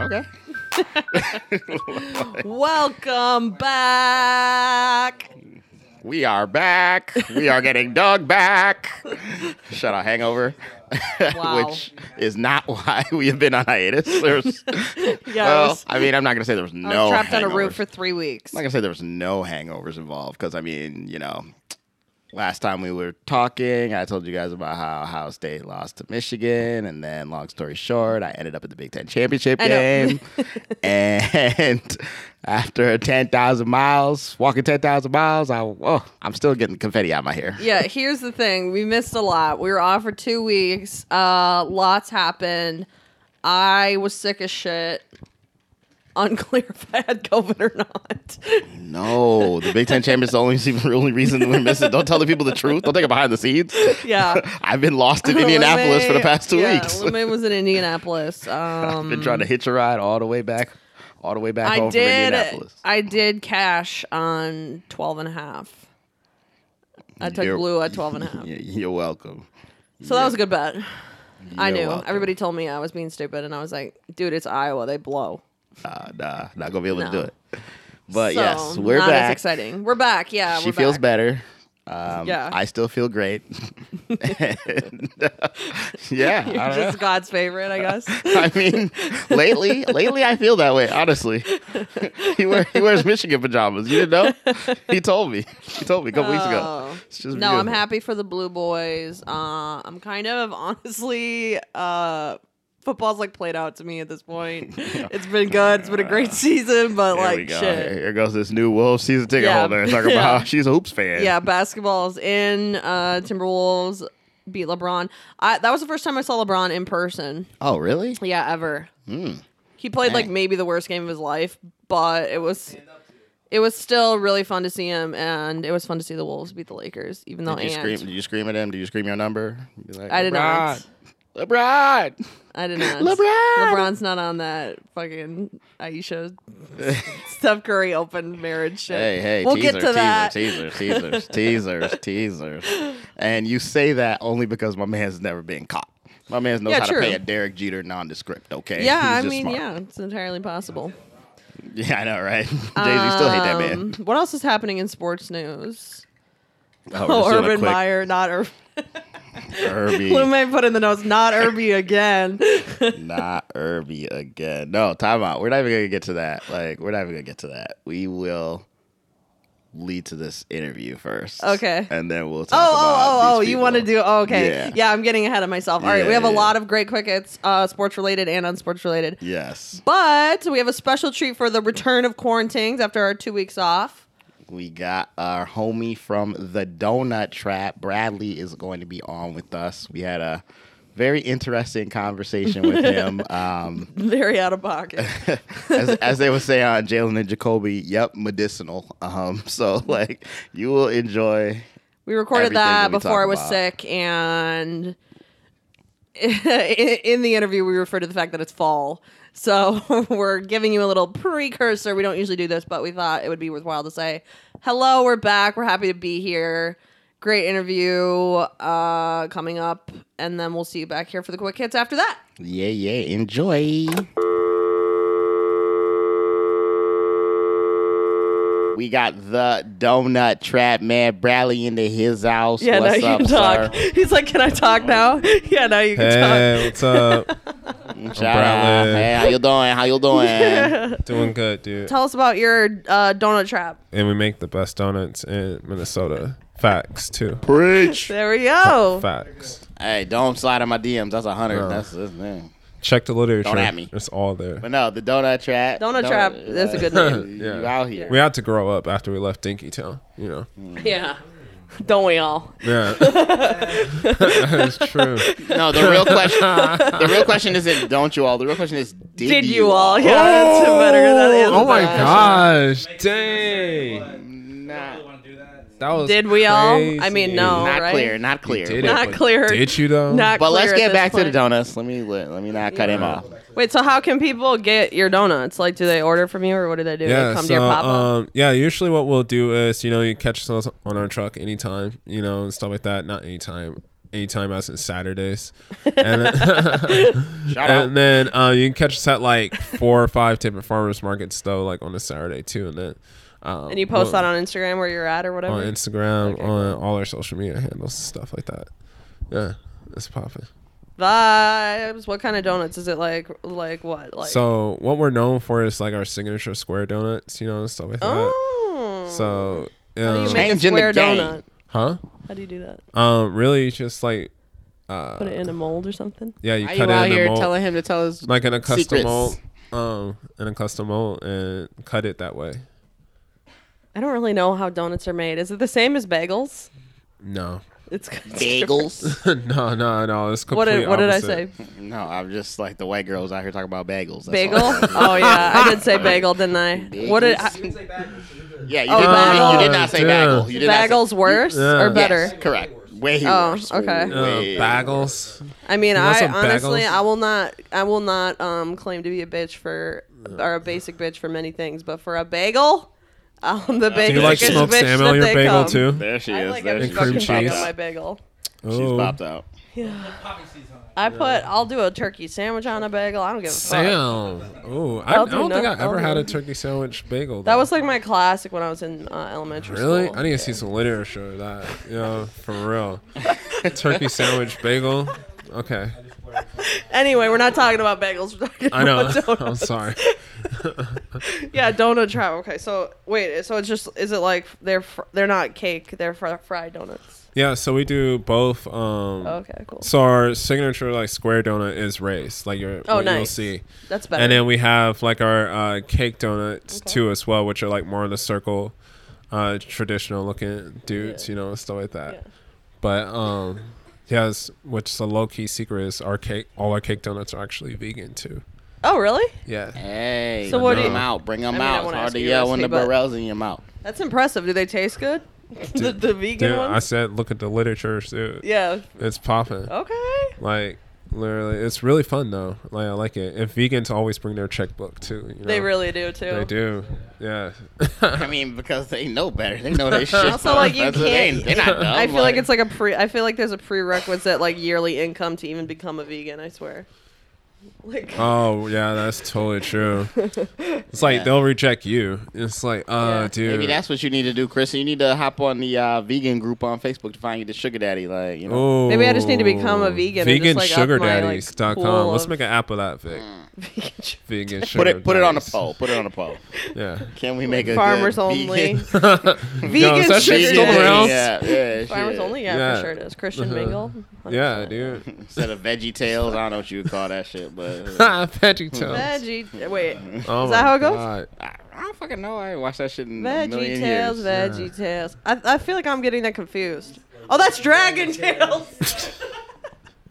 Okay. Welcome back. We are back. We are getting Doug back. Shut up, hangover. Wow. Which is not why we have been on hiatus. There's, Yeah, I well, was, I mean, I'm not going to say there was no I was trapped on a hangovers. roof for three weeks. I'm not gonna say there was no hangovers involved because I mean, you know, last time we were talking, I told you guys about how Ohio State lost to Michigan, and then long story short, I ended up at the Big Ten championship I know. game, and after ten thousand miles, walking ten thousand miles, I oh, I'm still getting confetti out of my hair. yeah, here's the thing. We missed a lot. We were off for two weeks. Uh, lots happened. I was sick as shit. Unclear if I had COVID or not. No, the Big Ten championship is the only, the only reason we're missing. Don't tell the people the truth. Don't take it behind the scenes. Yeah. I've been lost in Indianapolis for the LeMay- past two yeah, weeks. LeMay was in Indianapolis. Um, been trying to hitch a ride all the way back, all the way back I home from did. Indianapolis. I did cash on 12 and a half. I took You're- blue at 12 and a half. Y- You're welcome. So that was a good bet. I You're knew. welcome. Everybody told me I was being stupid, and I was like, dude, it's Iowa. They blow. Nah, nah, not gonna be able No. to do it. But So, yes, we're not As back. exciting. We're back. Yeah. She we're feels back. better. Um, Yeah. I still feel great. And, uh, yeah, You're I don't just God's favorite, I guess. know. I mean, lately, lately I feel that way. Honestly, he, wear, he wears Michigan pajamas. You didn't know? He told me. He told me a couple weeks ago. Oh. It's just no, I'm beautiful. happy for the Blue Boys. Uh, I'm kind of honestly, uh, football's like played out to me at this point. It's been good. It's been a great season, but Here Uh, we like go. shit. Here goes this new Wolves season ticket Yeah. holder talking Yeah. about how she's a hoops fan. Yeah, basketball's in. Uh, Timberwolves beat LeBron. I, that was the first time I saw LeBron in person. Oh, really? Yeah, ever. He played like Hmm. Dang. maybe the worst game of his life, but it was it was still really fun to see him, and it was fun to see the Wolves beat the Lakers, even though Did you Oh, and scream? Did you scream at him? Did you scream your number? Be like, I did not. LeBron. I did not. LeBron! LeBron's not on that fucking Aisha Steph Curry open marriage shit. Hey, hey, we'll teaser, get to that. teaser, teasers, teasers, teasers, teasers. And you say that only because my man's never been caught. My man's knows Yeah, how true. to pay a Derek Jeter nondescript, okay? Yeah, He's I just mean, smart. yeah, it's entirely possible. Yeah, I know, right? Jay-Z still hate that man. Um, What else is happening in sports news? Oh, Oh, we're just doing a Urban quick Meyer, not Urban. Irby. Lume put in the notes, not Irby again. not Irby again. No, time out. We're not even gonna get to that. Like, we're not even gonna get to that. We will lead to this interview first. Okay. And then we'll Oh, talk about oh, oh, oh! these You want to people. do? Oh, okay, yeah. Yeah. I'm getting ahead of myself. All right, Yeah, we have a yeah, lot of great quick hits, uh, sports related and unsports related. Yes. But we have a special treat for the return of quarantines after our two weeks off. We got our homie from the Donut Trap. Bradley is going to be on with us. We had a very interesting conversation with him. Um, Very out of pocket. as, as they would say on Jalen and Jacoby, yep, medicinal. Um, so, like, you will enjoy. We recorded Everything that that we before talk I was about. sick, and in the interview, we refer to the fact that it's fall. So we're giving you a little precursor. We don't usually do this, but we thought it would be worthwhile to say, "Hello, we're back. We're happy to be here. Great interview uh, coming up, and then we'll see you back here for the quick hits after that." Yeah, yeah, enjoy. We got the Donut Trap, man. Bradley into his house. Yeah, What's now up, you can talk. sir? He's like, "Can I talk now?" Yeah, now you can Hey, what's up? Shout out. Bradley. Hey, how you doing? How you doing? Doing good, dude. talk. Tell us about your uh, donut trap. And we make the best donuts in Minnesota. Facts too. Preach. There we go. Facts. Hey, don't slide on my DMs. That's a hundred. No. That's his name. Check the literature. Don't at me. It's all there. But no, the donut trap. Donut Trap, that's a good name. You Yeah. out here? We had to grow up after we left Dinky Town, you know. Yeah, don't we all? Yeah. That's true. No, the real question. the real question isn't don't you all. The real question is did, Did you all? Yeah, that's better. That is Oh my better. gosh. Dang. Nah, That was Did we all? crazy. I mean, no. not right? clear. Not clear. Did it, Not but clear. Did you though? Not But let's clear at get this back to the point. donuts. Let me let, let me not cut him off. Wait, so how can people get your donuts? Like, do they order from you, or what do they do? yeah, they come so, to your pop up. um, yeah, usually what we'll do is, you know, you catch us on our truck anytime, you know, and stuff like that. Not anytime. anytime else than Saturdays. And, Shout out. and then uh, you can catch us at like four or five different farmers markets though, like on a Saturday too. And then um, And you post we'll- that on Instagram where you're at or whatever. on Instagram, on all our social media handles, stuff like that. Yeah, it's popping. Vibes. What kind of donuts is it like? Like what? Like so uh, what we're known for is like our signature square donuts, you know, and stuff like Oh. that. So How do yeah, you make a Changing the square game. donut? huh? How do you do that? Um, really, it's just like uh, Put it in a mold or something? yeah, you Why cut you out it in here a mold, telling him to tell us? like in a custom secrets? mold, um, in a custom mold, and cut it that way. I don't really know how donuts are made. Is it the same as bagels? No, It's bagels? no, no, no. It's What complete did, what did I opposite. say? no, I'm just like the white girls out here talking about bagels. That's Bagel? all. oh yeah, I did say bagel, didn't I? What did I, Yeah, you, Oh, did, not, you bagel. did not say Yeah. bagel. You did not say- bagels worse Yeah. or Yes. better? Yes, correct. Way Oh, worse. okay. Uh, Way- bagels. I mean, want I some honestly, bagels? I will not, I will not um, claim to be a bitch for or a basic bitch for many things, but for a bagel, I'm the Do basic you like bitch smoked that salmon on they your bagel come. too? There she I is. like there every she fucking cream is. She thing cheese. on my popped out. bagel. She's Ooh. popped out. I put, I'll do a turkey sandwich on a bagel. I don't give a fuck. Damn. Oh, I, I I'll do don't think I noth- I'll ever had do- a turkey sandwich bagel. That though. was like my classic when I was in uh, elementary really. school. I need to see some literature of that. Yeah, for real. turkey sandwich bagel. Okay, Anyway, we're not talking about bagels. We're talking I know. about donuts. I'm sorry. Yeah, donut trap. Okay, so wait, so it's just is it like they're fr- they're not cake, they're fr- fried donuts. Yeah, so we do both. Um, Okay, cool. So our signature like square donut is raised, like you're, Oh, what you'll nice. see. That's better. And then we have like our uh, cake donuts too as well, which are like more in the circle, uh, traditional looking dudes, you know, stuff like that. Yeah. But um, yes, which the low key secret is our cake. All our cake donuts are actually vegan too. oh, really? Yeah. Hey, So what bring do them you- out. Bring them I mean, I out. It's wouldn't hard ask to you yell to when the recipe, but- barrel's in your mouth. That's impressive. Do they taste good? the, the vegan Dude, I ones? said look at the literature, dude. yeah. Oh. It's popping. Okay. Like literally, it's really fun though. Like I like it. And vegans always bring their checkbook too. You know? They really do too. They do. Yeah. I mean, because they know better. They know this shit. Also, like, you That's what they ain't- can't- They're not dumb. I feel like it's like a pre. I feel like there's a prerequisite like yearly income to even become a vegan. I swear. Like Oh yeah, that's totally true. It's like Yeah. they'll reject you. It's like, uh, Yeah. dude. Maybe that's what you need to do, Chris. You need to hop on the uh, vegan group on Facebook to find you the sugar daddy. Like, you know, Oh, Maybe I just need to become a vegan and just, like, up my, like, VeganSugarDaddies.com. pool Let's of- Mm. make an app of that, Vic. vegan. Vegan sugar. put it put it on a daddies. poll. Put it on a poll. Yeah. Can we make a Farmers good only. vegan- Vegan is that shit sugar still daddies. around? Yeah, yeah, Farmers shit. only. Yeah, Yeah. for sure it is. Christian Uh-huh. Mingle. Yeah, dude. Instead of Veggie Tales, I don't know what you would call that shit, but uh, Ha, Veggie Tales. Veggie. Wait. Oh Is that my how it goes? God. I, I don't fucking know. I ain't watched that shit in a Veggie million Tales, years. Veggie Tales. I, I feel like I'm getting that confused. Oh, that's Dragon Tales.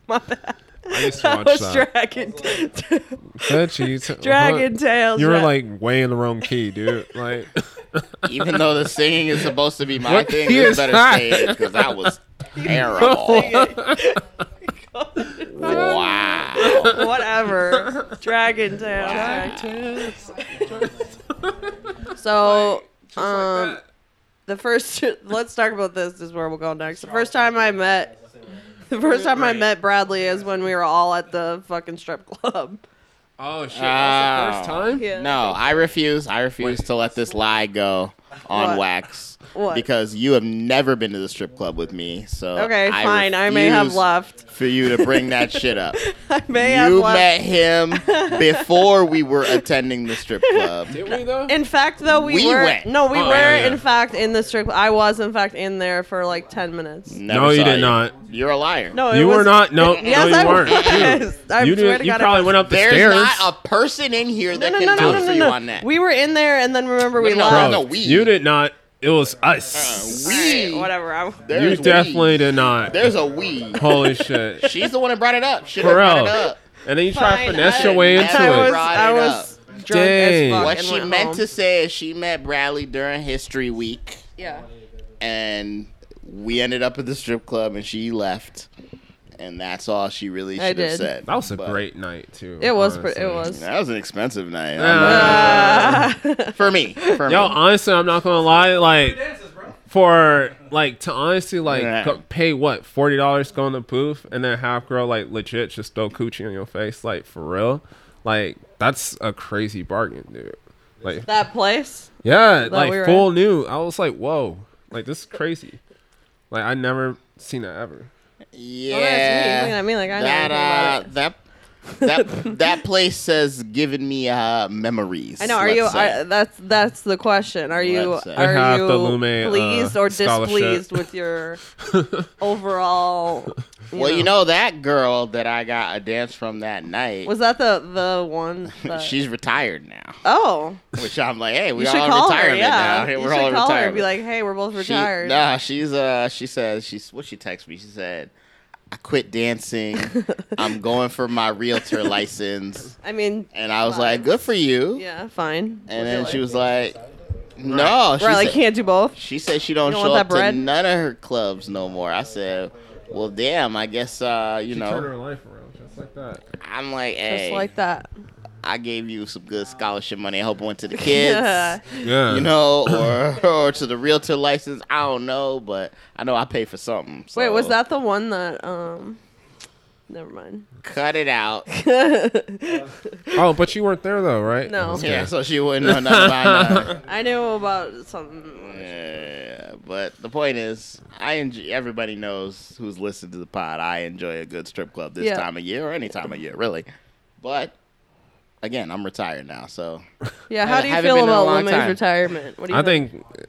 My bad. I used to That watch was that. Dragon. Veggie Ta- Dragon Huh? Tales. You were right. like way in the wrong key, dude. Like, Even though the singing is supposed to be my What thing, key you is better that? say it because that was terrible. wow. whatever. Dragon Tales. So, um, the first let's talk about this. This is where we'll go next. The first time I met, the first time I met Bradley is when we were all at the fucking strip club. oh shit! Wow. That's the first time. Yeah. No, I refuse. I refuse to let this lie go on What? wax What? because you have never been to the strip club with me. Oh, So Okay, I fine. I may have refuse left. for you to bring that shit up. I may have you left. met him before we were attending the strip club. Did we though? In fact, though, we, We were went. no, we Oh, were yeah, yeah. in fact in the strip. I was in fact in there for like ten minutes. Never No, you saw did not. You're a liar. No, it you were was- not. No, Yes, no, I you weren't. was. I you swear didn't- to you God, I probably was. went up the There's stairs. not a person in here that No, can no, no, vouch no, for no, you no. on that. We were in there, and then remember we No, no, left. no, Bro, we- you did not. It was Uh, us. we. Alright, whatever. I, There's you we. definitely did not. There's a we. Holy shit! She's the one that brought it up. Should have For brought real. it up. And then you try to Fine, finesse I- your way I into I was, it. Brought I it was drunk Dang. as fuck. What and she went meant home. to say is she met Bradley during History Week, Yeah. and we ended up at the strip club, and she left, and that's all she really I should have did. said. That was a But- great night too. It was. pre- It honestly. was. That was an expensive night Uh, for me. For yo, me. honestly, I'm not gonna lie. Like, for like to honestly like Yeah. go, pay what forty dollars go in the booth and then half girl like legit just throw coochie on your face like for real, like that's a crazy bargain, dude. Like That place. yeah, like we were full new. I was like whoa, like this is crazy. Like I never seen that ever. Yeah. Oh, that's me. You're looking at me like I know that, everything uh, that that that place has given me uh, memories. I know. Are let's you? say. Are, that's that's the question. Are you? Let's say. I Are have you the Lume, uh, pleased or scholarship. displeased with your overall? well, you know that girl that I got a dance from that night. Was that the the one? That, She's retired now, oh, which I'm like, hey, you we should all call her. retirement Yeah, now. you We're should all call retired. her. and Be like, hey, we're both she, retired. Nah, she's uh, she says she's what she texted me. She said, I quit dancing. I'm going for my realtor license, I mean, and I was like, good for you. yeah, fine. We'll And then do she it. was like, no, she right, said, like can't do both. She said she don't, You don't show want up that bread? to none of her clubs no more. I said, well, damn. I guess uh, you know. life around just like that. I'm like, Just hey, like that. I gave you some good scholarship money. I hope it went to the kids, Yeah, you know, or or to the realtor license. I don't know, but I know I pay for something. Wait, was so that the one that? Um, never mind. cut it out? Oh, but you weren't there though, right? No. Okay. Yeah, so she wouldn't know nothing about nothing. I knew about something. Yeah, but the point is, I enjoy, everybody knows who's listened to the pod. I enjoy a good strip club this Yeah. time of year or any time of year, really. But again, I'm retired now, so Yeah, I how do you haven't feel been in a about long women's time. retirement? What do you I think I,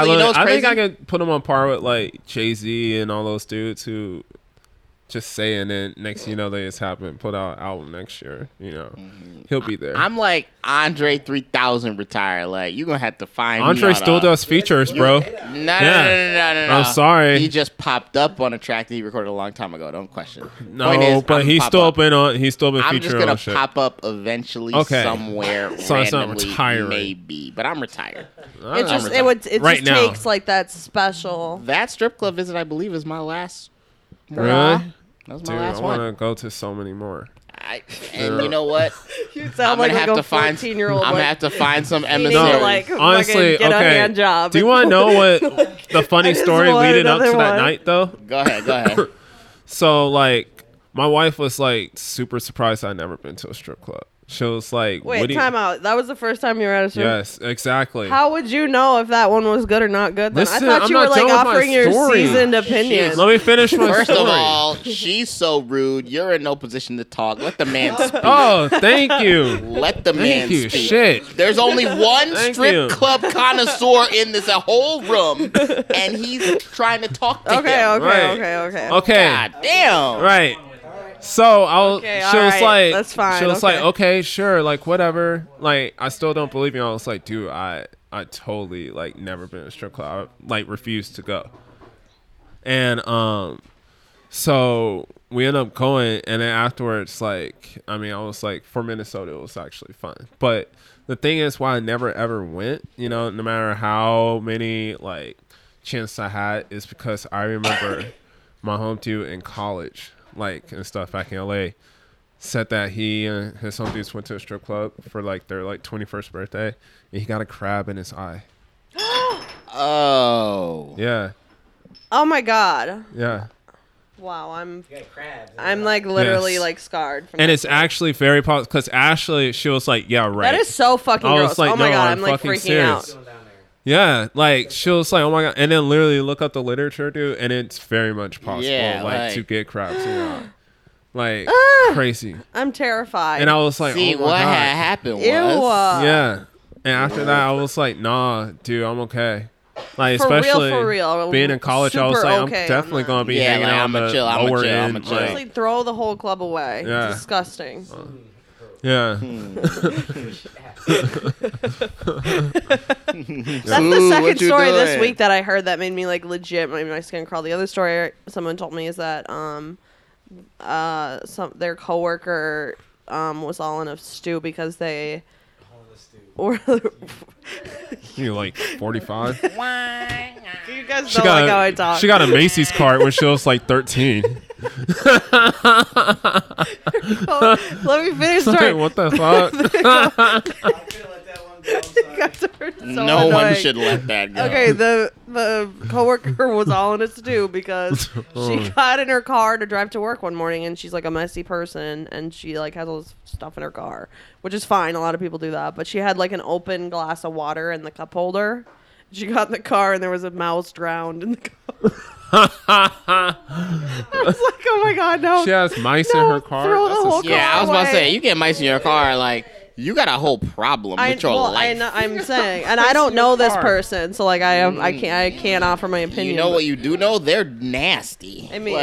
Actually, you know look- what's I think I crazy? could put him on par with like Jay Z and all those dudes who just say and then next you know they just happen put out an album next year. You know, he'll be there. Mm-hmm. I'm like Andre 3000 retired. Like you gonna have to find me Andre on still a- does features, bro. No, no, no, no, no, no, no. I'm sorry. He just popped up on a track that he recorded a long time ago. Don't question. No, Point is, but I'm he's pop still up. been on. He's still been I'm just featured on gonna shit. pop up eventually Okay. somewhere So it's not randomly, retiring. maybe. But I'm retired. I It don't just know. it would it Right just now. takes like that special. That strip club visit, I believe, is my last. really. That was my Dude, I last want one. to go to so many more. I, and you know what? You I'm sound gonna like have like to a find. fourteen year I'm old. gonna have to find some to, emissary. like, fucking Honestly, get a okay. hand job. Do you want to know what the funny just story want leading up to another that one. night though? go ahead, go ahead. So like, my wife was like super surprised I'd never been to a strip club. She was like, Wait, what do you- time out. That was the first time you were at a strip. Yes, exactly. How would you know if that one was good or not good? Then Listen, I thought I'm you were not done like with my offering your story. seasoned opinion. Shit. Let me finish my First story. of all, she's so rude. You're in no position to talk. Let the man speak. oh, thank you. Let the man Thank you. speak. Shit. There's only one Thank strip you. club connoisseur in this whole room, and he's trying to talk to okay, him. okay, Right. okay, okay, Okay. God damn. Right. So I was, Okay, she was alright, like, that's fine, She was like, okay. okay, sure, like whatever. Like I still don't believe you. I was like, dude, I I totally like never been to a strip club. I, like refused to go. And um, so we end up going, and then afterwards, like I mean, I was like, for Minnesota, it was actually fun. But the thing is, why I never ever went, you know, no matter how many like chances I had, is because I remember my home dude in college, like and stuff back in LA, said that he and his home dudes went to a strip club for like their like twenty first birthday, and he got a crab in his eye. Oh. Yeah, Oh my god! yeah. Wow, I'm You got crabs. I'm like literally Yes. like scarred. From And that. it's actually very positive because Ashley, she was like, "Yeah, right." that is so fucking I was gross. like, oh my no, god, I'm like fucking freaking serious. out. Going down there. Yeah, like she was like, "Oh my god!" And then literally look up the literature, dude, and it's very much possible, Yeah, like, like- to get crabs, you know, like Ah! crazy. I'm terrified. And I was like, See "Oh my what god!" had happened was. Ew. uh, yeah. And after that, I was like, "Nah, dude, I'm okay." Like, For real, especially for real, being in college, I was super like, okay on "I'm definitely that. gonna be Yeah, hanging like, out on I'ma the chill, I'ma lower chill, end." I'ma chill. like, Honestly, throw the whole club away. Yeah. Disgusting. yeah, Hmm. That's Ooh, the second what you story this doing? week that I heard that made me like legit made my skin crawl. The other story someone told me is that um uh some their coworker um was all in a stew because they All this dude. were you like 45. you guys She don't like how got, I a, talk. she got a Macy's card when she was like 13. Let me finish the story. like, what the fuck? I could have let that one go. I'm sorry. You guys are so no one annoying. should let that go. Okay, the uh, coworker was all in its due because she got in her car to drive to work one morning and she's like a messy person and she like has all this stuff in her car, which is fine. A lot of people do that, but she had like an open glass of water in the cup holder. She got in the car and there was a mouse drowned in the cup. I was like, oh my god, no! She has mice in No, her car. throw the That's a whole s- car Yeah, I was about to away. say, you get mice in your car, like you got a whole problem I, with your well, I life. know, I'm saying, and I don't know this person, so like I am, I can't, I can't offer my opinion. you know but- what you do know? They're nasty. I mean-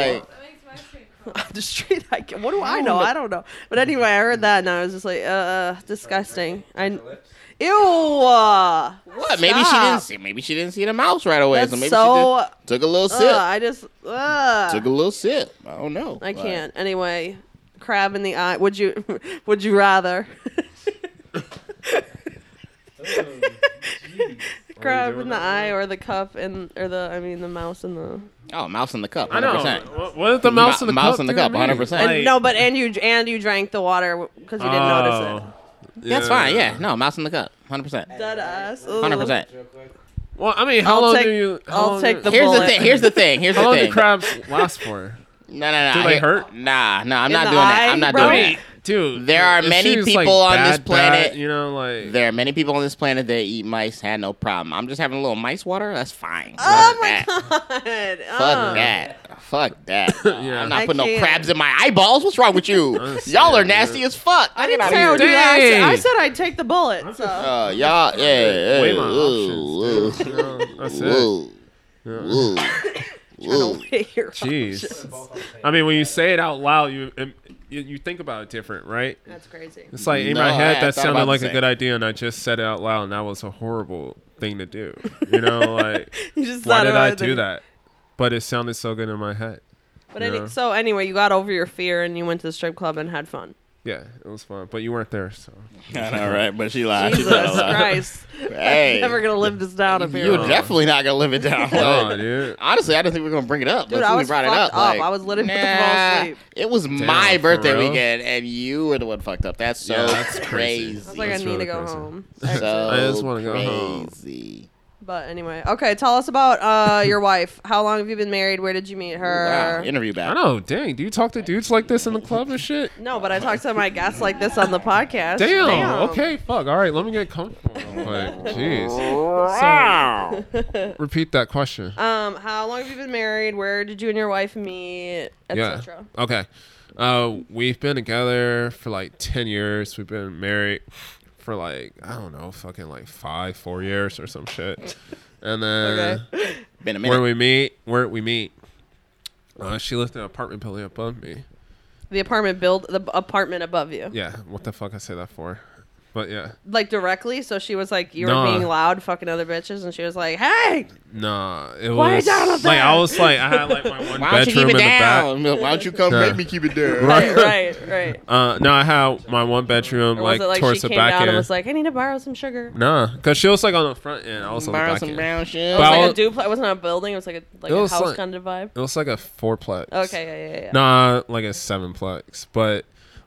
like, the street. I can, what do I know? I don't know. But anyway, I heard that and I was just like, uh, disgusting. I, ew. uh, what? Maybe she stop. didn't see. Maybe she didn't see the mouse right away. That's so maybe so- she did, took a little Ugh, sip. I just. Uh, took a little sip. I don't know. I Like, can't. Anyway, crab in the eye. Would you? Would you rather? crab in the eye or the cup and or the I mean the mouse in the Oh, mouse in the cup. I know. 100%. What- What if the mouse Mo- in the mouse cup? in the do you cup, mean? 100%. and, no but and you and you drank the water because you didn't notice Oh. That's fine. Yeah, no, mouse in the cup. 100%. it dead ass Ugh. 100%. Well, I mean, how I'll long take- do you? how I'll long take do- the Here's the bullet. thing. Here's the thing. Here's How the long thing. do crabs last for? No, no, no. Do they Here- hurt? Nah, nah. I'm In not the doing that. eye? I'm not doing Right, that. dude. There are if many she's, people on bad, this planet- bad, you know, like There are many people on this planet that eat mice. Had no problem. I'm just having a little mice water. That's fine. oh Fuck my that. god Oh. Fuck Ugh. that. Fuck that. I'm not I putting can't. no crabs in my eyeballs. What's wrong with you? Honestly, y'all are dude. nasty as fuck. I didn't out say I of would here. do that. I said- Dang. I said I'd take the bullet. So Uh, y'all, yeah, yeah. way more ooh, options. dude. You know, that's ooh, it. ooh, ooh. Trying to weigh your options. Jeez. I mean, when you say it out loud, you um, you, you think about it different, right? That's crazy. It's like in No, my I- I head that thought sounded about like the a same. good idea, and I just said it out loud, and that was a horrible thing to do. You know, like You just why thought did about I it do then. that? But it sounded so good in my head. But any, Yeah. so anyway, you got over your fear and you went to the strip club and had fun. Yeah, it was fun, but you weren't there, so I know, right? But she lied. Jesus she lied a lot. Christ, Hey, never gonna live this down. If you're you're definitely not gonna live it down. oh, dude. Honestly, I didn't think we were gonna bring it up. Dude, but I since was we brought it fucked up. up. Like, I was literally nah, about to fall asleep. It was Damn, my for birthday real? weekend, and you were the one fucked up. That's so Yeah, that's crazy. crazy. I was like, I That's need to really go crazy. home. so I just wanna go home. crazy. But anyway, okay. Tell us about uh, your wife. How long have you been married? Where did you meet her? Wow, interview I back. know. Dang, do you talk to dudes like this in the club and shit? no, but I talked to my guests like this on the podcast. Damn. Okay. Fuck. All right. Let me get comfortable. real quick. Jeez. Wow. Repeat that question. Um, how long have you been married? Where did you and your wife meet? yeah. Etc. Okay. Uh, we've been together for like ten years. We've been married for like I don't know, fucking like five, four years or some shit. And then Been a minute. where we meet, where we meet, uh, she lived in an apartment building above me. The apartment build the apartment above you, Yeah. What the fuck I say that for? But yeah, like directly. So she was like, you were Nah. being loud, fucking other bitches, and she was like, hey, nah. It Why was is that up like I there? was like I had like my one Why don't you bedroom keep in it the back. down? Why don't you come Yeah. make me keep it down? right, right, right. Uh, no, I had my one bedroom Or like, was it like towards she the came back down end. and was like, I need to borrow some sugar? nah, cause she was like on the front end. I was on the Borrow back some end. brown shit. It was But I like a was- duplex. It wasn't a building. It was like a like It a was house like- kind of vibe. It was like a fourplex. Okay, yeah, yeah, yeah. Nah, like a sevenplex, but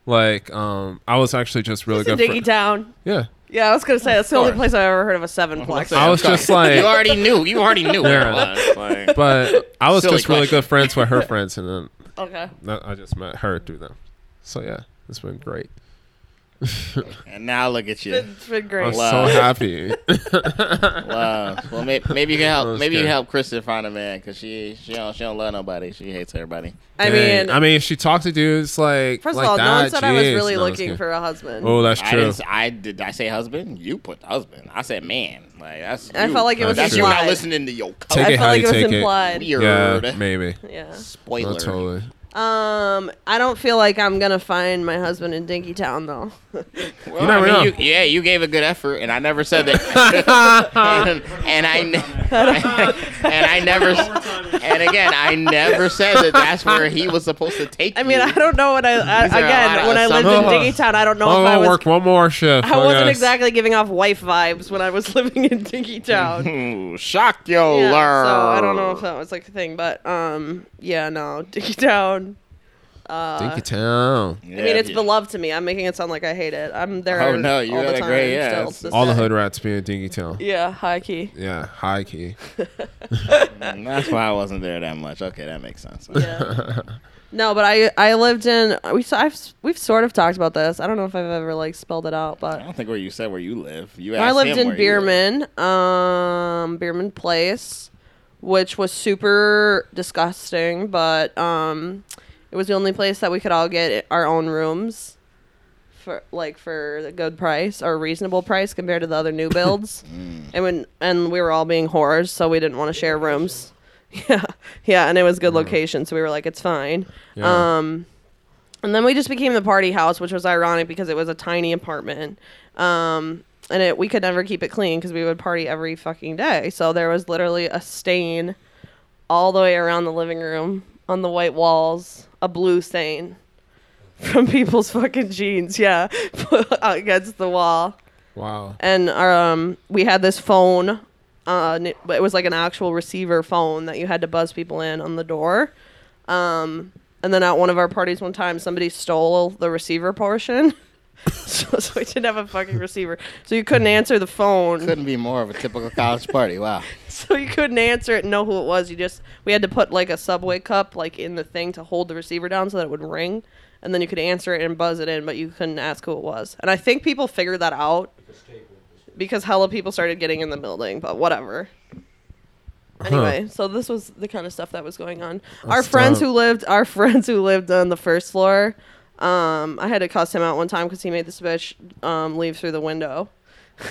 like um, I was actually just really It's in good. fri- Diggy Town. yeah, Yeah, I was gonna say that's the only course. place I've ever heard of a sevenplex. I was just like- you already knew. You already knew. what it Yeah. was, like- but I was Silly just really question. good friends with her friends, and then okay. that- I just met her through them. So yeah, it's been great. and now look at you. It's been I'm great. Wow. so happy. Wow. Well, may- maybe you can That help. was Maybe you can good. help Kristen find a man because she she don't she don't love nobody. She hates everybody. I Dang. mean, I mean, if she talked to dudes like first like of all, no one that, said I was jeez. really No, I'm just looking kidding. for a husband. Oh, that's I true. didn't. s- I did. I say husband. You put husband. I said man. Like that's. I you. felt like it was That's you implied. not listening to your Take I color. it how felt like you it was take it. implied. Weird. Yeah, maybe. Yeah. Spoiler. No, totally. Um, I don't feel like I'm gonna find my husband in Dinky Town though. Well, You never I mean, know. you- yeah, you gave a good effort, and I never said that. and, and I ne- and I never and again I never said that. That's where he was supposed to take. I mean, you. I don't know what I, I These are a lot again of when I lived in assumptions. Dinky Town. I don't know Oh, if I I'll was work Oh, one more shift. I wasn't guys. exactly giving off wife vibes when I was living in Dinky Mm-hmm. Town. Ooh, Hmm, shock yo Yeah, learn. so I don't know if that was like a thing, but um, yeah, no, Dinky Town. Dinky Town. I mean, it's beloved to me. I'm making it sound like I hate it. I'm there. Oh, no, you all had the a time great- yeah, still it's- to this All the day. hood rats being Dinky Town. Yeah, high key. Yeah, high key. That's why I wasn't there that much. Okay, that makes sense. No, but I I lived in we s- I've s- we've sort of talked about this. I don't know if I've ever like spelled it out, but I don't think where you said where you live. You I asked lived him in where you live. Bierman, um, Bierman Place, which was super disgusting, but um, it was the only place that we could all get our own rooms for like for a good price or a reasonable price compared to the other new builds. Mm. and when and we were all being whores, so we didn't want to share rooms. Yeah, yeah, and it was good Mm. location, so we were like, it's fine. Yeah. Um, and then we just became the party house, which was ironic because it was a tiny apartment. Um, and it we could never keep it clean because we would party every fucking day. So there was literally a stain all the way around the living room on the white walls, a blue stain from people's fucking jeans. Yeah, against the wall wow. and our, um, we had this phone. Uh, n- but it was like an actual receiver phone that you had to buzz people in on the door. Um, and then at one of our parties one time, somebody stole the receiver portion. so, so we didn't have a fucking receiver. So you couldn't answer the phone. Couldn't be more of a typical college party. Wow. So you couldn't answer it and know who it was. You just, we had to put like a subway cup like in the thing to hold the receiver down so that it would ring. And then you could answer it and buzz it in, but you couldn't ask who it was. And I think people figured that out because hella people started getting in the building, but whatever. Anyway, so this was the kind of stuff that was going on. our That's friends dope. who lived, our friends who lived on the first floor, um, I had to cuss him out one time because he made this bitch um, leave through the window.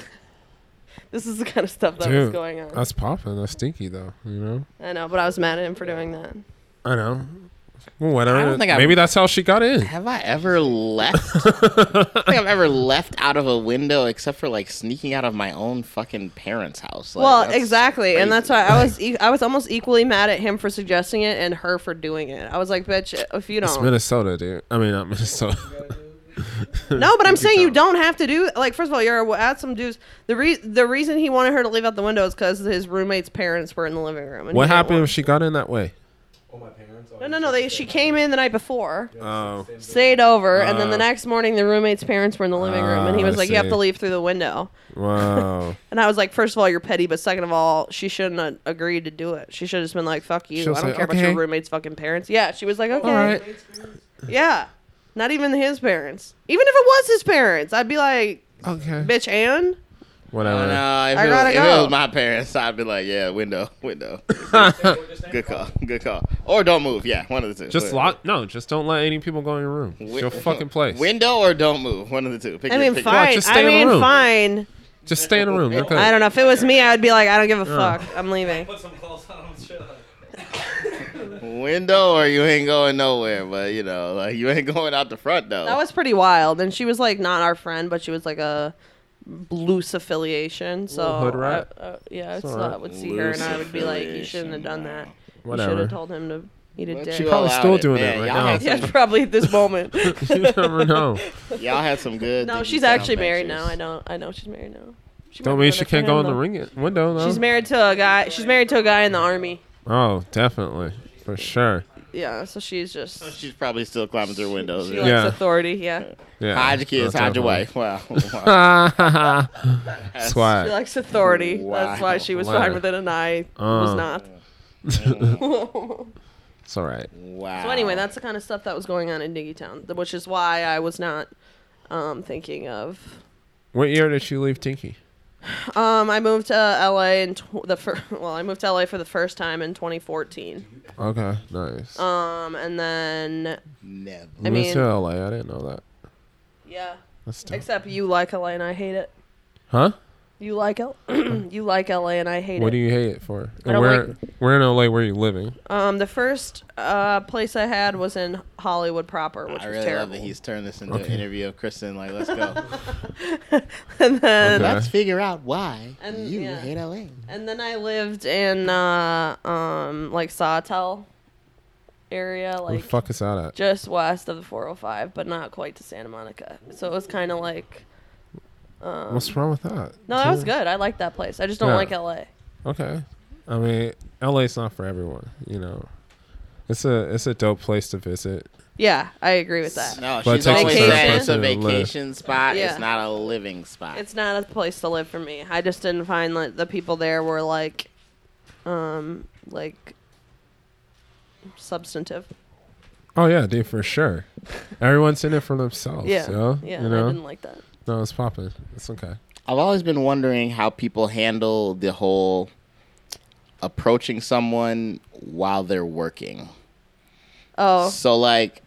this is the kind of stuff that was Dude, going on. that's popping. That's stinky though. You know. I know, but I was mad at him for doing that. I know. Whatever. I don't think I- Maybe that's how she got in. Have I ever left? I don't think I've ever left out of a window except for like sneaking out of my own fucking parents' house. Like, well, that's exactly, crazy. and that's why I was e- I was almost equally mad at him for suggesting it and her for doing it. I was like, bitch, if you It's don't, Minnesota, dude. I mean, not Minnesota. No, but I'm saying you don't have to do like first of all, you're at some dudes. The re- the reason he wanted her to leave out the window is because his roommate's parents were in the living room. and what he didn't happened if want- she got in that way? No, no, no. They, she came in the night before, Oh, stayed over, and then the Uh. next morning the roommate's parents were in the living room, and he Ah, was I like, "You have to see. leave through the window." wow. And I was like, first of all, you're petty, but second of all, she shouldn't have agreed to do it. She should have just been like, "Fuck you. She was I don't like, care about "Okay." your roommate's fucking parents." Yeah, she was like, "Okay, All right. yeah." Not even his parents. Even if it was his parents, I'd be like, Okay. "Bitch, and." I Whatever. don't know. If, I it, gotta was, if go. it was my parents, I'd be like, yeah, window, window. good call, good call. Or don't move. Yeah, one of the two. Just Win- lock. No, just don't let any people go in your room. It's win- your fucking place. Window or don't move. One of the two. Pick I your- mean, pick your- fine. just stay I in the mean, room. fine. Just stay in a room. You're good. I don't know. If it was me, I'd be like, I don't give a fuck. I'm leaving. Put some clothes on and shit. Window or you ain't going nowhere. But you know, like you ain't going out the front though. That was pretty wild. And she was like not our friend, but she was like a loose affiliation. So hood rat. I- uh, yeah, so alright. I would see her and I would be like, you Loose shouldn't have done that. affiliation, You should Whatever. have told him to eat a But dick. you Probably allowed still it, doing man. that right Y'all had yeah, some- probably at this moment. Oh. you never know. Y'all had some good. no, Diggy she's Town actually married ventures. now. I know. I know she's married now. She might Don't be mean doing she it for can't him, go in the though. ring window though. She's married to a guy. She's married to a guy in the army. oh, definitely for sure. Yeah, so she's just she She's probably still climbing through windows. likes Yeah. authority. Yeah, Yeah. Hide your kids, Oh, hide your definitely. wife. Wow. she Swag. likes authority. That's Wow. why she was Wow. fine with it, and I was Uh. not. It's all right. wow. So anyway, that's the kind of stuff that was going on in Diggy Town, th- which is why I was not um, thinking of. What year did she leave Tinky? Um, I moved to LA in tw- the fir- well, I moved to LA for the first time in 2014. Okay, nice. Um, and then Never. I Moved mean- to LA. I didn't know that. yeah, That's dope. except you like LA and I hate it. huh? You like L- you like LA and I hate What it. do you hate it for? I And don't where, like- where in LA were you living? um, the first uh, place I had was in Hollywood proper, which I was really love terrible. that he's turned this into an Okay. interview of Kristen. Like, let's go. and then Okay. let's figure out why And, you yeah. hate LA. And then I lived in uh, um like Sawtell area, Where like the fuck is that at? just west of the 405, but not quite to Santa Monica. So it was kind of like What's wrong with that? um, no, that was Dude. good. I liked that place. I just don't Yeah. like LA. Okay. I mean, LA's not for everyone, you know. It's a it's a dope place to visit. Yeah, I agree with that. No, But it she's takes a always certain said it's a person to live. vacation spot. Yeah. It's not a living spot. It's not a place to live for me. I just didn't find like the people there were like, um, like substantive. Oh yeah, dude, for sure. Everyone's in it for themselves. Yeah, yo, yeah. You I know, didn't like that. no, it's popping. It's okay. I've always been wondering how people handle the whole approaching someone while they're working. Oh, So like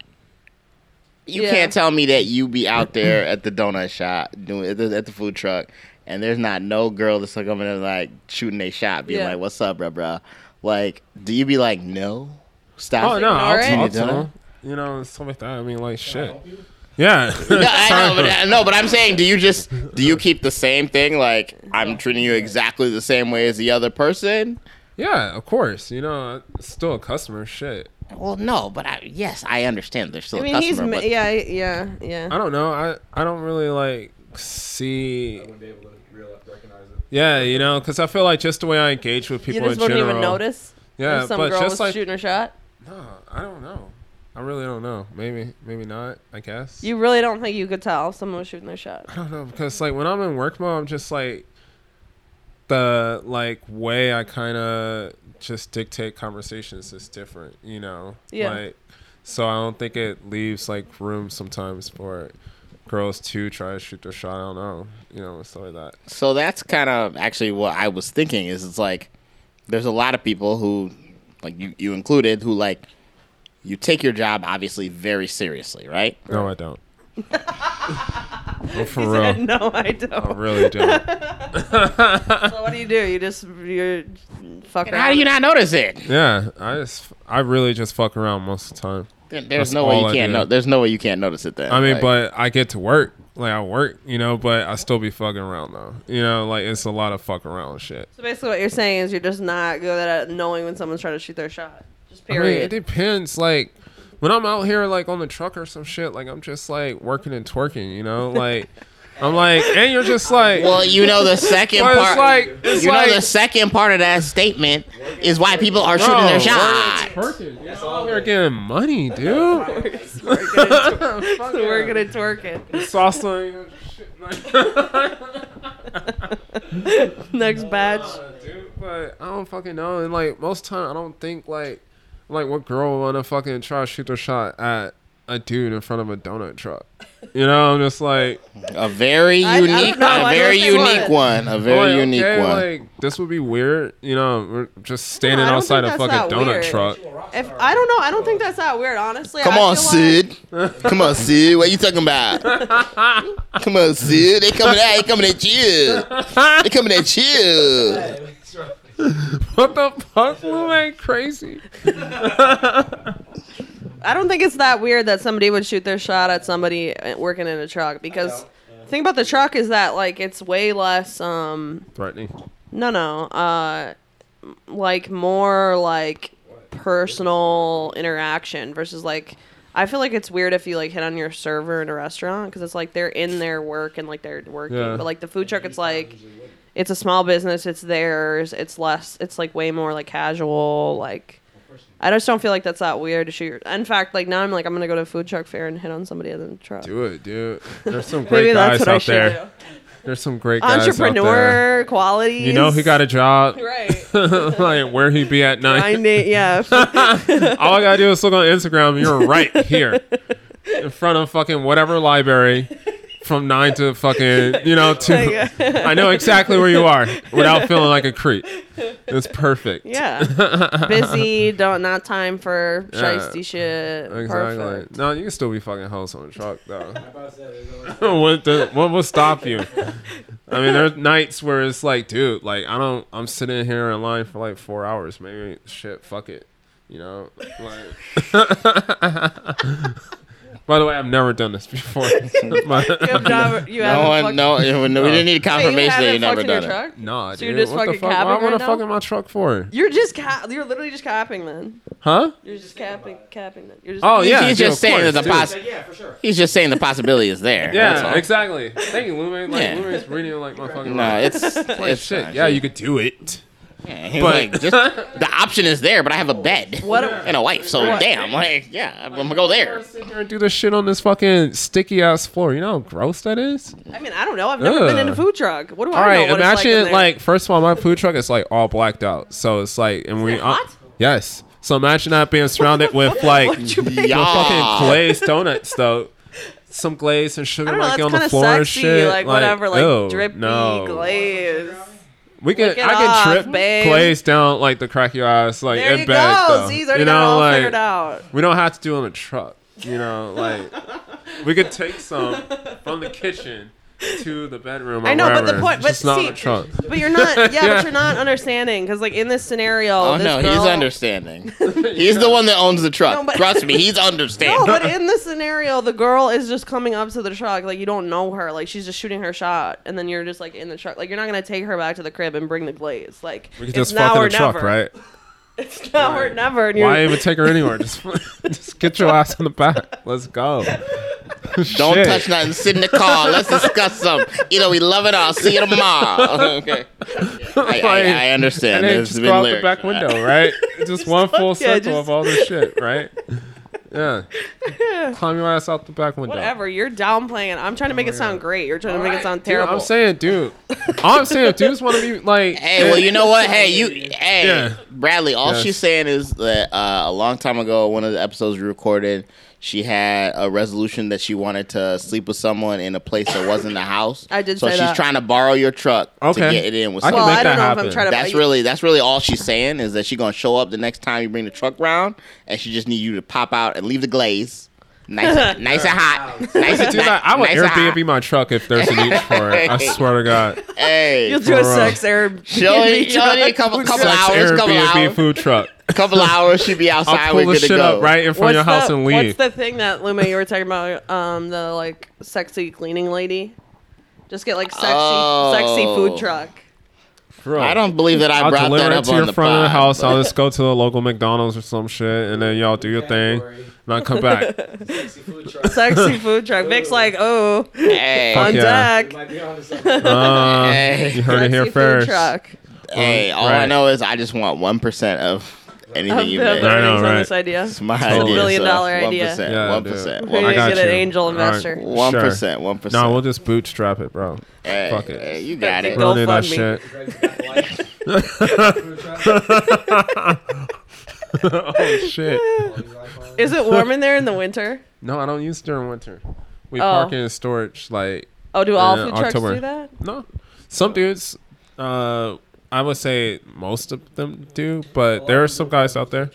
you Yeah. can't tell me that you be out there at the donut shop doing at the, at the food truck and there's not no girl that's like coming in like shooting a shot being Yeah. like what's up bruh bruh like do you be like no stop Oh no, I'll alright. talk to You done? them. You know, stuff like that. I mean, like shit. Yeah. No, I know, Sorry. but, I- no, but I'm saying, do you just do you keep the same thing? Like I'm treating you exactly the same way as the other person? yeah, of course. You know, it's still a customer. Shit. Well, no, but I, yes, I understand. There's still I mean, a he's customer, ma- but yeah, yeah, yeah. I don't know. I I don't really like see. Yeah, you know, because I feel like just the way I engage with You people just in wouldn't general. even notice Yeah, if some but girl just was like shooting her shot. no, I don't know. I really don't know. Maybe, maybe not. I guess. You really don't think you could tell if someone was shooting their shot? I don't know because like when I'm in work mode, I'm just like the like way I kind of just dictate conversations is different, you know. Yeah. Like, so I don't think it leaves like room sometimes for girls to try to shoot their shot. I don't know, you know, and stuff like that. so that's kind of actually what I was thinking. Is it's like there's a lot of people who, like you, you included, who like you take your job obviously very seriously, right? No, I don't. well, for He real, said, no, I I don't. really don't. so what do you do? You just you're fuck around. How do you not notice it? yeah, I just I really just fuck around most of the time. There- There's That's no way all you I can't do. know. There's no way you can't notice it. Then I mean, Like, but I get to work. Like I work, you know, but I still be fucking around though. You know, like it's a lot of fuck around shit. So basically, what you're saying is you're just not good at knowing when someone's trying to shoot their shot. Just I mean, it period. depends. Like when I'm out here, like on the truck or some shit, like I'm just like working and twerking. You know, like I'm like, and you're just like, Well, you know the second Well, it's part. like- it's you like- know the second part of that statement is why people are shooting bro, their oh, working shot. and twerking. That's all we're getting money, dude. We're gonna twerk it. Salsa. you know, shit, like- Next batch. Uh, dude, but I don't fucking know. And like most time, I don't think like like what girl would wanna fucking try to shoot their shot at a dude in front of a donut truck. You know, I'm just like, A very I- I don't unique, know, I a don't very think unique what- one. A very like, unique okay, one. Like this would be weird. You know, we're just standing I don't outside a think that's fucking that donut weird. truck. If I don't know, I don't think that's that weird. Honestly, Come I on, feel like- Sid. Come on, Sid. What you talking about? Come on, Sid. They coming at. They coming at you. They coming at you. What the fuck, Lou? Ain't crazy. I don't think it's that weird that somebody would shoot their shot at somebody uh, working in a truck because the thing about the truck is that like it's way less um Threatening. no no uh m- like more like personal interaction versus like I feel like it's weird if you like hit on your server in a restaurant because it's like they're in their work and like they're working, Yeah. but like the food truck, it's like it's a small business, it's theirs, it's less, it's like way more like casual, like. I just don't feel like that's that weird to shoot. Your, in fact, like now I'm like I'm gonna go to a food truck fair and hit on somebody in the truck. Do it, dude. There's some great Maybe that's guys what I out should there. do. There's some great guys out there. Entrepreneur qualities. You know, he got a job. right. like where he be at night. I need yeah. All I gotta do is look on Instagram. and You're right here, in front of fucking whatever library, from nine to fucking you know two. I know exactly where you are without feeling like a creep. It's perfect. Yeah. Busy, don't not time for shisty shit. Exactly. Perfect. No, you can still be fucking hoes on the truck though. what the, what will stop you? I mean, there's nights where it's like, dude, like I don't. I'm sitting here in line for like four hours. Maybe shit, fuck it. You know, like. By the way, I've never done this before. You My- have not- you haven't No one, fucked- no, we didn't need Wait, you confirmation that haven't you never fucked in your done it. truck? nah, So dude. you're just what the fucking fuck? Why capping would I right fuck now? in my truck for? You're just ca- you're literally just capping then. Huh? You're just capping capping then. You're just Oh yeah. he's dude, just of saying course, that the dude. poss- He's just saying the possibility is there. that's all. Yeah, exactly. Thank you, Lume. Like Yeah. Lume's reading like my fucking. No, it's it's shit. fine. Yeah, you could do it. He's But- like, just the option is there, but I have a bed What a- and a wife. So damn, like, yeah, I'm gonna go there. sit here and do this shit on this fucking sticky ass floor. You know how gross that is? I mean, I don't know. I've never been in a Ugh. food truck. What do I All right, know? What it's imagine like, like, first of all, my food truck is like all blacked out, so it's like, and we it hot? yes. So imagine that being surrounded with like What you bake? Yeah. the Ah. fucking glazed donuts though. Some glaze and I sugar don't know. like That's on kind the of floor and sexy. shit. Like, whatever, like ew, drippy no. glaze. We can I Lick it can off, trip babe. glaze down like the crack of your ass like There in you bed. go. though. See, he's already you got it know, all like figured out. we don't have to do it in a truck. You know, like we could take some from the kitchen to the bedroom. Or I know, but the wherever, point- but just not in see- a truck. But you're not. Yeah, Yeah. but you're not understanding because, like, in this scenario, Oh this no, girl, he's understanding. He's the one that owns the truck. No, but- Trust me, he's No, understanding. but in this scenario, the girl is just coming up to the truck. Like, you don't know her. Like, she's just shooting her shot, and then you're just like in the truck. Like, you're not gonna take her back to the crib and bring the glaze. Like, We could it's just now fuck in or a truck, never. right? It's now or never. And you're, Why even take her anywhere? Just, just get your ass on the back. Let's go. Don't Shit. touch nothing. Sit in the car. Let's discuss some. Either we love it or I'll see you tomorrow. okay. I, I, I understand. And then There's just been go out the lyrics. back window, right? just one full yeah, circle just- of all this shit, right? Yeah. Climb your ass out the back window. Whatever, you're downplaying. it. I'm trying to make it sound great. You're trying to make it sound Dude, terrible. I'm saying, dude. All I'm saying, dudes want to be like. Hey, well, you know what? Hey, you, hey, Yeah. Bradley. All Yes. she's saying is that uh, a long time ago, one of the episodes we recorded, she had a resolution that she wanted to sleep with someone in a place that wasn't the house. I did So say she's that. trying to borrow your truck to Okay. get it in with I can well, someone. make I don't that know if happen. I'm trying to. That's really that's really all she's saying is that she's gonna show up the next time you bring the truck round, and she just need you to pop out and leave the glaze, nice, nice and hot, nice and Dude, I, I would nice and hot. Airbnb my truck if there's a need for it. I swear to God. Hey, You'll do a Bro. sex Arab. she'll only- she'll only a couple, couple Sex hours, couple Airbnb hours. food truck. couple hours, she'd be outside. I'll We're pull good this to shit go. up right in front of your house the, and what's leave. the thing that Luma you were talking about? Um, the like sexy cleaning lady. Just get like sexy, sexy Oh. food truck. Bro. I don't believe that I I'll brought deliver that it up to on your the front pod, of the house. but- I'll just go to the local McDonald's or some shit, and then y'all do your thing, and I come back. Sexy food truck. Vic's like, oh, hey, on yeah. deck. Uh, Hey. You heard it here Sexy food first. truck. hey, all I Right. know is I just want one percent of anything Of you the make. Right. earnings on know, this idea. It's my a idea. billion dollar idea. Yeah, One dude. percent. Maybe I got get an you. angel All right. investor. One Sure. percent. One No, percent. we'll just bootstrap it, bro. Hey, Fuck it. hey, you got it. Go Don't do that fund me. shit. oh shit! Is it warm in there in the winter? No, I don't use it during winter. We Oh. park in storage. Like Oh, do all Yeah, food trucks October. do that? no, some dudes. Uh, I would say most of them do, but there are some guys out there.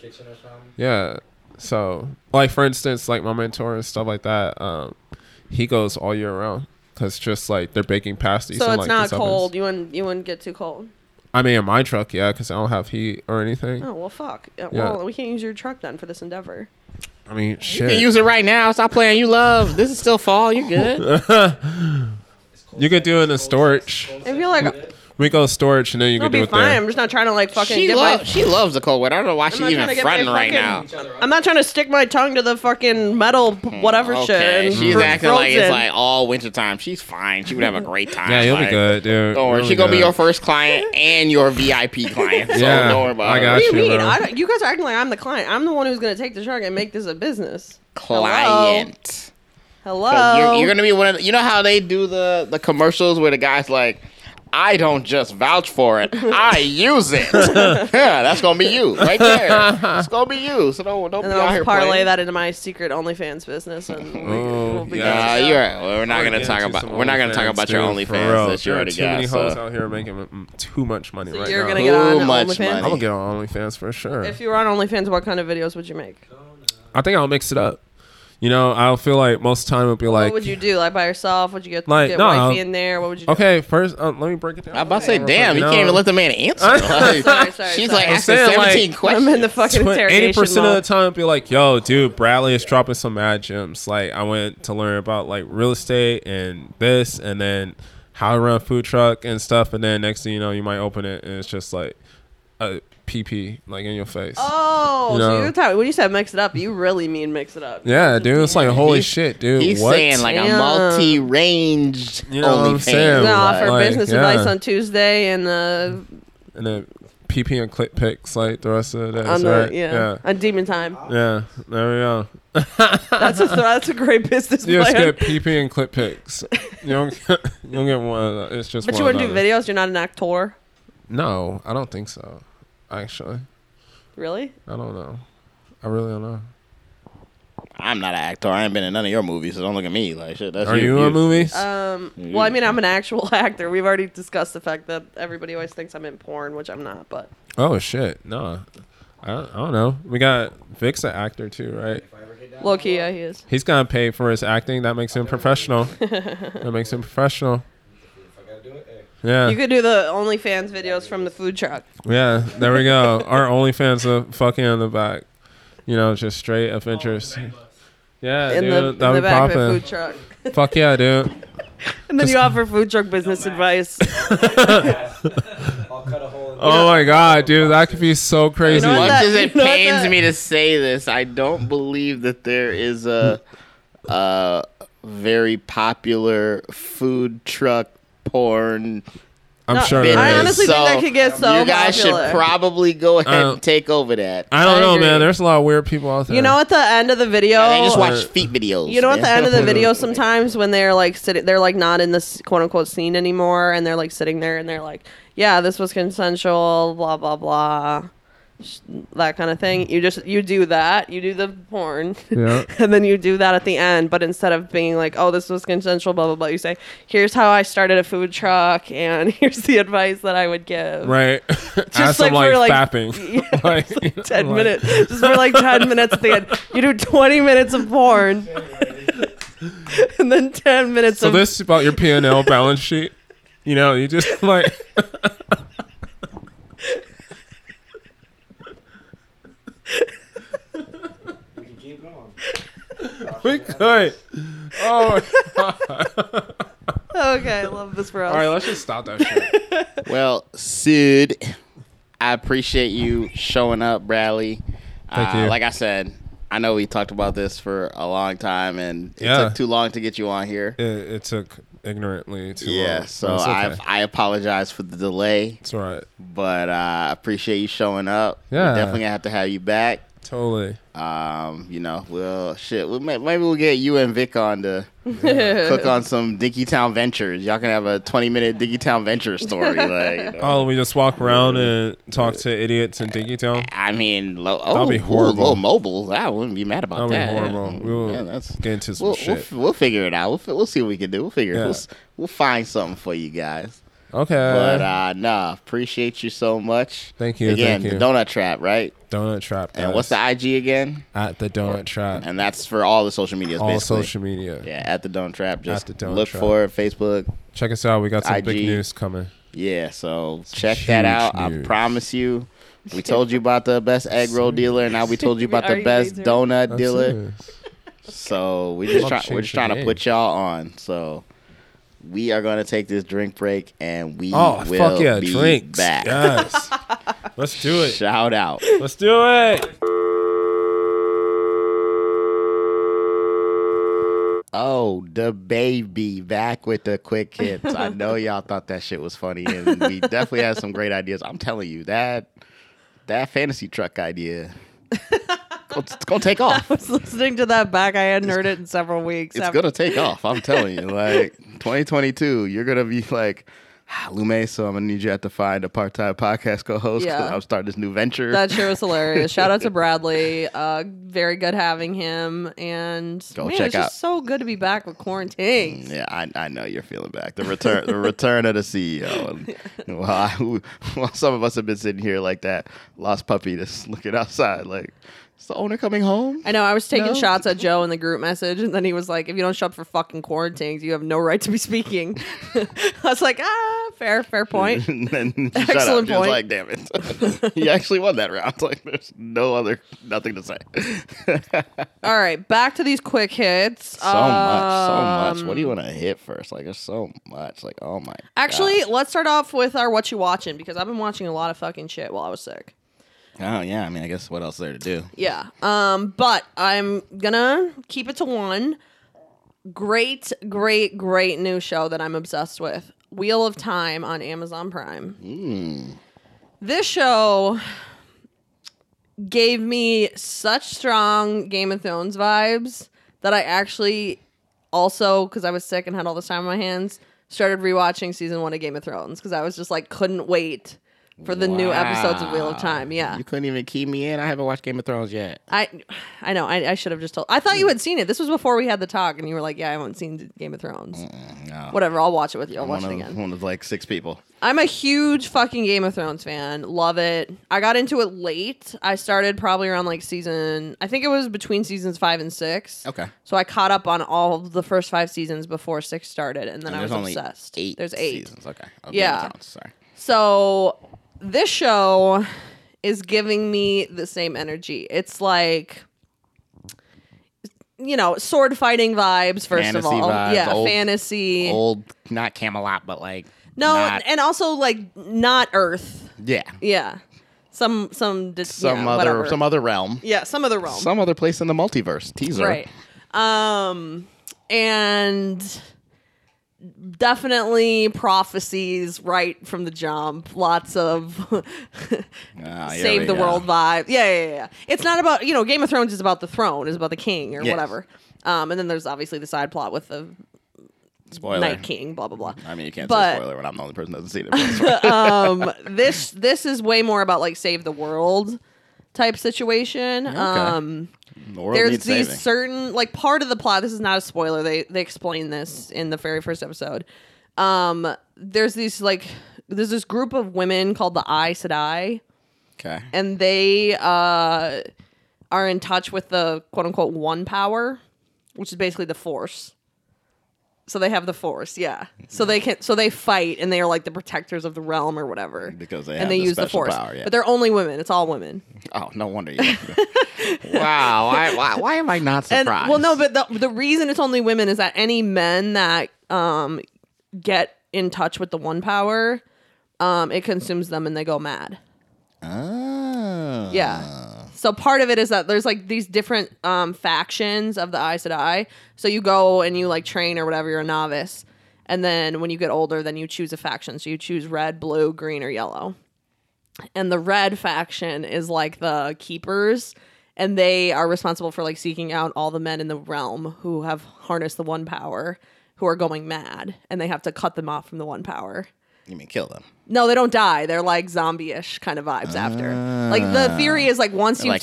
Yeah. So, like for instance, like my mentor and stuff like that. Um, he goes all year round because just like they're baking pasties. So and, it's like, not these ovens. cold. You wouldn't you wouldn't get too cold. I mean, in my truck, yeah, because I don't have heat or anything. Oh well, fuck. Yeah, Yeah. Well, we can't use your truck then for this endeavor. I mean, You shit. can use it right now. Stop playing. You love. This is still fall. You good? You could do it in storage. I feel like We go storage, and then you it'll could do be it fine. there. I'm just not trying to like fucking she get my. loves. She loves the cold weather. I don't know why she's not even trying to get my fronting right now. fucking- I'm not trying to stick my tongue to the fucking metal p- whatever shit. Okay, and she's fr- acting like it's frozen. like all winter time. She's fine. She would have a great time. Yeah, you'll like, be good, dude. Don't worry. You'll She's gonna be good. your first client and your VIP client. So Yeah, don't worry about I it. got What do you Shit, mean? bro. I don't, you guys are acting like I'm the client. I'm the one who's gonna take the truck and make this a business. client. Hello. 'Cause You're, Oh. you're gonna be one of the, you know how they do the the commercials where the guy's like, I don't just vouch for it, I use it. yeah, that's gonna be you right there. It's gonna be you. So don't don't and be then out I'll here parlay playing. that into my secret OnlyFans business, and we'll be, Oh, we'll be yeah. Nah, good. you're right. Well, we're not We're gonna getting talk to about some we're not gonna talk OnlyFans, about your dude, for OnlyFans real. that you There are already Too many got. hoes So. out here making mm, too much money right You're now. gonna get on Too much OnlyFans. I'm money. gonna get on OnlyFans for sure. If you were on OnlyFans, what kind of videos would you make? I think I'll mix it up. You know, I'll feel like most time it'll be like, what would you do? Like by yourself? Would you get Like, get no, wifey I'll- in there? What would you do? okay, first uh, let me break it down. I'm about to say, Real damn, quick, you know, can't even let the man answer. Like, Sorry, sorry, sorry. she's like I'm asking saying, like, 17 questions. I'm in the fucking Eighty interrogation percent mode. of the time, be like, "Yo, dude, Bradley is dropping some mad gems. Like, I went to learn about like real estate and this, and then how to run a food truck and stuff. And then next thing you know, you might open it, and it's just like a PP, like in your face. Oh, You so know. you're talking when you said mix it up, you really mean mix it up. Yeah, dude, it's like holy shit, dude. He's what? saying like a Damn. multi-ranged You know what I'm OnlyFans. saying? Gonna Yeah, offer like, business yeah. advice on Tuesday and uh, and then PP and click picks like the rest of the day. on so, the right? yeah, yeah. on demon time. Yeah, there we go. That's a that's a great business You plan. just get PP and clip picks. You don't, you don't get one of those. It's just But one you want to of do those. videos? You're not an actor, No, I don't think so. Actually, really? I don't know. I really don't know. I'm not an actor. I ain't been in none of your movies, so don't look at me like shit. That's Are you in movies? Um, well, I mean, I'm an actual actor. We've already discussed the fact that everybody always thinks I'm in porn, which I'm not. But oh shit, no. I, I don't know. We got Vic's an actor too, right? low key, yeah, he is. He's gonna pay for his acting. That makes him professional. that makes him professional. Yeah. You could do the OnlyFans videos from the food truck. Yeah, there we go. Our OnlyFans are fucking in the back. You know, just straight adventures. Yeah, in dude, the, in that the would back pop of a in. food truck. Fuck yeah, dude. And then you offer food truck business advice. I'll cut a hole in Oh my god, dude, that could be so crazy. You know what Much that- as it you know what pains that- me to say this, I don't believe that there is a, a very popular food truck porn. I'm No, sure business. there I is. honestly think that could get so You guys popular. should probably go ahead don't- and take over that. I don't I know, agree. man. There's a lot of weird people out there. You know, at the end of the video, I just watch feet videos. You know, at the man. end of the video, sometimes when they're like sitting, they're like not in this quote unquote scene anymore, and they're like sitting there and they're like, yeah, this was consensual, blah, blah, blah, sh- that kind of thing. You just, you do that, you do the porn, Yeah. and then you do that at the end. But instead of being like, oh, this was consensual, blah, blah, blah, you say, here's how I started a food truck, and here's the advice that I would give. Right. Ask Just them, like for, like, like- fapping. Like, 10 like- minutes. Just for like 10 minutes at the end. You do 20 minutes of porn. and then 10 minutes So of. this is about your P and L balance sheet. You know, you just like it. We can keep going. we could. Oh, okay, I love this for us. all right. Let's just stop that shit. Well, Sid, I appreciate you showing up, Bradley. Thank uh, you. Like I said, I know we talked about this for a long time, and it Yeah. took too long to get you on here. It, it took ignorantly too long. yeah, so It's okay. I I apologize for the delay, It's all right. but uh, I appreciate you showing up. We're Yeah. definitely gonna have to have you back. Totally. Um, you know, we'll shit. We'll, may- maybe we'll get you and Vic on to cook on some Dinky Town Ventures. Y'all can have a twenty minute Dinky Town Venture story. Like, you know. Oh, we just walk around and talk to idiots in Dinky Town. I mean, low, oh, That'd be ooh, horrible. low mobile. I wouldn't be mad That'd about be that. horrible. We will Mm, Yeah, that's get into some we'll, we'll, shit. f- we'll figure it out. We'll, fi- we'll see what we can do. We'll figure. it Yeah. We'll, s- we'll find something for you guys. okay. But uh nah, appreciate you so much. Thank you, Again, thank you. the donut trap, right? donut trap. And what's the guys. IG again? At the donut trap. And that's for all the social medias, All basically. social media. yeah, at the donut trap. Just the Donut look Trap. for it. Facebook. Check us out. We got some big IG. news coming. Yeah, so check huge that out. news. I promise you. We told you about the best egg roll dealer, and now we told you about Are the you best laser? donut That's dealer. it. So we just Love try, change we're just the trying to game. put y'all on. So we are going to take this drink break, and we Oh, will fuck yeah. be Drinks. back. Yes. Let's do it. Shout out. Let's do it. Oh, the baby back with the quick hits. I know y'all thought that shit was funny, and we definitely had some great ideas. I'm telling you that that fantasy truck idea, it's gonna take off. I was listening to that back. I hadn't heard it in several weeks. It's after- gonna take off. I'm telling you, like 2022, you're gonna be like. "Ah, Lume, so I'm gonna need you have to find a part-time podcast co-host because Yeah. I'm starting this new venture. That shit was hilarious. Shout out to Bradley. Uh, very good having him. And Go man, check it's out- Mm, just so good to be back with quarantine. Yeah, I, I know you're feeling back. The return the return of the CEO. And, and while, I- while some of us have been sitting here like that lost puppy just looking outside like is the owner coming home? I know. I was taking No. shots at Joe in the group message, and then he was like, "If you don't show up for fucking quarantines, you have no right to be speaking." I was like, "Ah, fair, fair point." and then she shut up. Excellent She was point. like, damn it. he actually won that round. Like there's no other nothing to say. All right, back to these quick hits. Uh, so much, so much. What do you want to hit first? Like there's so much. Like, oh my Um, Actually, let's start off with our what you watching because I've been watching a lot of fucking shit while I was sick. Oh yeah, I mean I guess what else there to do? Yeah. Um, but I'm gonna keep it to one. Great, great, great new show that I'm obsessed with. Wheel of Time on Amazon Prime. This show gave me such strong Game of Thrones vibes that I actually also, because I was sick and had all this time on my hands, started rewatching season one of Game of Thrones because I was just like, couldn't wait for the new episodes of Wheel of Time. Yeah. You couldn't even keep me in. I haven't watched Game of Thrones yet. I, I know. I, I should have just told. I thought you had seen it. This was before we had the talk, and you were like, "Yeah, I haven't seen Game of Thrones." no. Whatever. I'll watch it with you. I'll Mm. One watch of, it again. one of like six people. I'm a huge fucking Game of Thrones fan. Love it. I got into it late. I started probably around like season. I think it was between seasons five and six. Okay. So I caught up on all of the first five seasons before six started, and then And I was there's only obsessed. eight. there's eight. seasons. Okay. Of Game Yeah. of Thrones, Sorry. So this show is giving me the same energy. It's like you know, sword fighting vibes first of Fantasy all. vibes, yeah, old- fantasy. Old, not Camelot, but like no, not- and also like not Earth. yeah, Yeah. Some some dis- some yeah, other whatever. some other realm, Yeah, some other realm. some other place in the multiverse. Teaser. right. Um and definitely prophecies right from the jump. Lots of Ah, here we save the go. world vibe. Yeah, yeah, yeah, yeah. It's not about you know Game of Thrones is about the throne, is about the king or Yes. whatever. Um, and then there's obviously the side plot with the Spoiler. Night King, blah blah blah. I mean, you can't But- say spoiler when I'm the only person that hasn't seen it. um, this this is way more about like save the world type situation. Um, The world there's needs these saving. certain like part of the plot. This is not a spoiler. They they explain this in the very first episode. Um, there's these like there's this group of women called the Aes Sedai. okay. and they uh, are in touch with the quote unquote one power, which is basically the force. So they have the force, yeah. So they can, so they fight, and they are like the protectors of the realm or whatever. Because they and have they the use the special force, power, yeah. but they're only women. It's all women. Oh, no wonder you. Wow. Why, why, why am I not And surprised? well, no, but the the reason it's only women is that any men that um get in touch with the one power, um, it consumes them and they go mad. oh. Yeah. So part of it is that there's like these different um, factions of the Aes Sedai. So you go and you like train or whatever, you're a novice. And then when you get older, then you choose a faction. So you choose red, blue, green, or yellow. And the red faction is like the keepers. And they are responsible for like seeking out all the men in the realm who have harnessed the one power, who are going mad. And they have to cut them off from the one power. You mean kill them? No, they don't die. They're like zombie-ish kind of vibes after. Like the theory is like once you've Ah. like,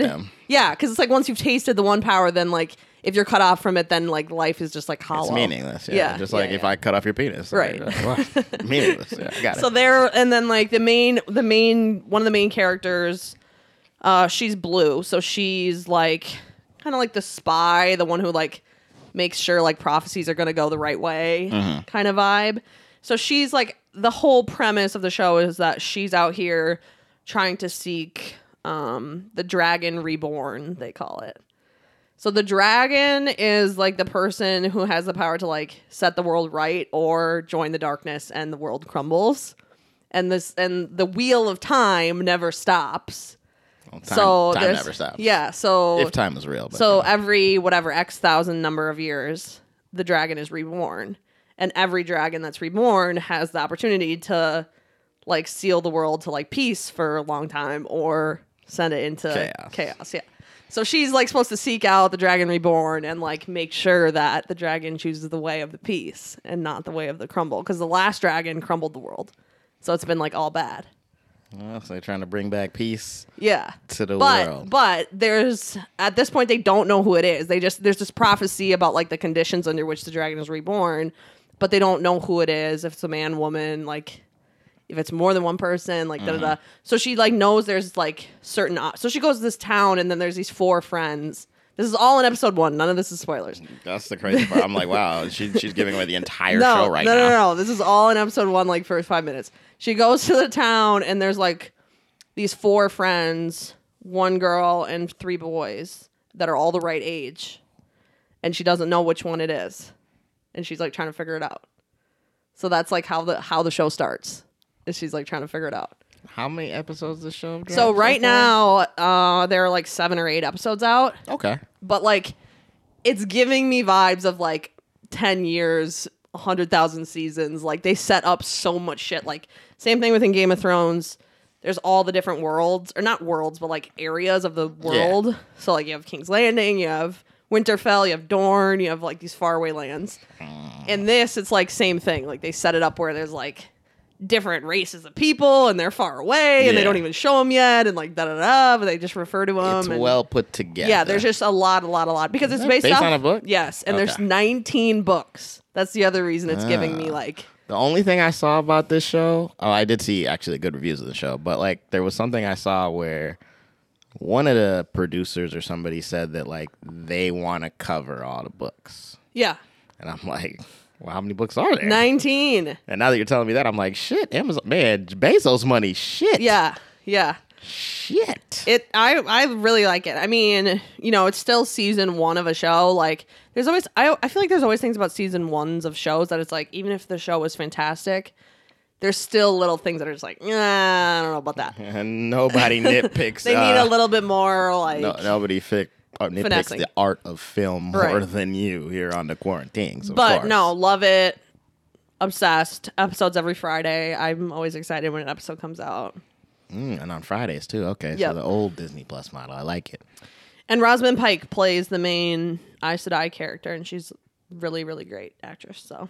tasted, them. yeah, because it's like once you've tasted the one power, then like if you're cut off from it, then like life is just like hollow. It's meaningless. Yeah. Yeah, Just yeah, like if yeah. I cut off your penis. Right. Like, uh, meaningless. Yeah. I Got it. So there, and then like the main, the main one of the main characters, uh, she's blue, so she's like kind of like the spy, the one who like makes sure like prophecies are gonna go the right way, Mm-hmm. kind of vibe. So she's like the whole premise of the show is that she's out here trying to seek um the dragon reborn, they call it. So the dragon is like the person who has the power to like set the world right or join the darkness and the world crumbles. And this and the wheel of time never stops. Well, time, so time there's- never stops. Yeah, so If time is real. But so every whatever X thousand number of years, the dragon is reborn. And every dragon that's reborn has the opportunity to like seal the world to like peace for a long time or send it into Chaos. chaos. Yeah. So she's like supposed to seek out the dragon reborn and like make sure that the dragon chooses the way of the peace and not the way of the crumble. Because the last dragon crumbled the world. So it's been like all bad. Well, so they're trying to bring back peace Yeah to the but world. but there's at this point they don't know who it is they just there's this prophecy about like the conditions under which the dragon is reborn but they don't know who it is if it's a man woman like if it's more than one person like da Mm-hmm. da da so she like knows there's like certain op- so she goes to this town and then there's these four friends this is all in episode one none of this is spoilers That's the crazy part. I'm like, wow, she, she's giving away the entire no, show right no, No, now. no, no. This is all in episode one, like first five minutes. She goes to the town and there's like these four friends, one girl and three boys that are all the right age. And she doesn't know which one it is. And she's like trying to figure it out. So that's like how the how the show starts. Is she's like trying to figure it out. How many episodes of the show? have So dropped right far? now, uh, there are like seven or eight episodes out Okay. but like it's giving me vibes of like 10 years 100000 seasons like they set up so much shit like same thing within game of thrones there's all the different worlds, or not worlds, but like areas of the world. So like you have King's Landing, you have Winterfell, you have Dorne, you have like these faraway lands. And this, it's like same thing. Like they set it up where there's like different races of people, and they're far away, and they Yeah. don't even show them yet, and like da da da. But they just refer to them. it's and, well put together. Um, yeah, there's just a lot, a lot, a lot because it's that based, based off, on a book? Yes, and there's Okay. 19 books. That's the other reason it's giving me Ah. like The only thing I saw about this show, oh, I did see actually good reviews of the show, but like there was something I saw where one of the producers or somebody said that like they want to cover all the books, yeah, and I'm like, well, how many books are there? 19. And now that you're telling me that, I'm like, shit, Amazon, man, Bezos money, shit, Yeah, yeah. shit. It I I really like it. I mean, you know, it's still season 1 of a show like there's always I I feel like there's always things about season 1s of shows that it's like even if the show was fantastic, there's still little things that are just like, nah, I don't know about that. and nobody nitpicks. They need uh, a little bit more like No, nobody fi- uh, nitpicks Finessing. the art of film more Right. than you here on the quarantine. So but no, love it. Obsessed. Episodes every Friday. I'm always excited when an episode comes out. Mm, and on Fridays too. Okay, Yep. so the old Disney Plus model, I like it. And Rosamund Pike plays the main Aes Sedai character, and she's really, really great actress. So,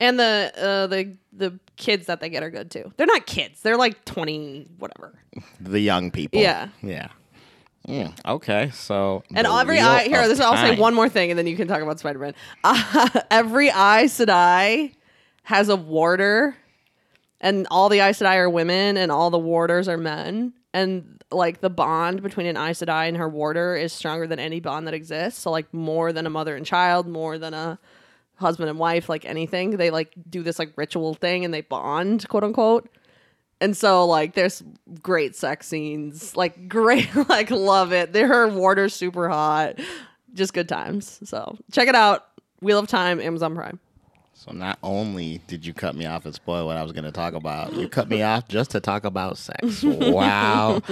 and the uh, the the kids that they get are good too. They're not kids; they're like twenty whatever. The young people. Yeah. yeah. Mm, okay, so And the every Wheel eye here, of this I'll say Time. one more thing, and then you can talk about Spider Man. every Aes Sedai has a warder, and all the Aes Sedai are women, and all the warders are men. And like the bond between an Aes Sedai and her warder is stronger than any bond that exists. So like more than a mother and child, more than a husband and wife, like anything. They like do this like ritual thing, and they bond, quote unquote. And so like there's great sex scenes. Like great like love it. They're her warder's super hot. Just good times. So check it out. Wheel of Time, Amazon Prime. So not only did you cut me off and spoil what I was going to talk about, you cut me off just to talk about sex. Wow.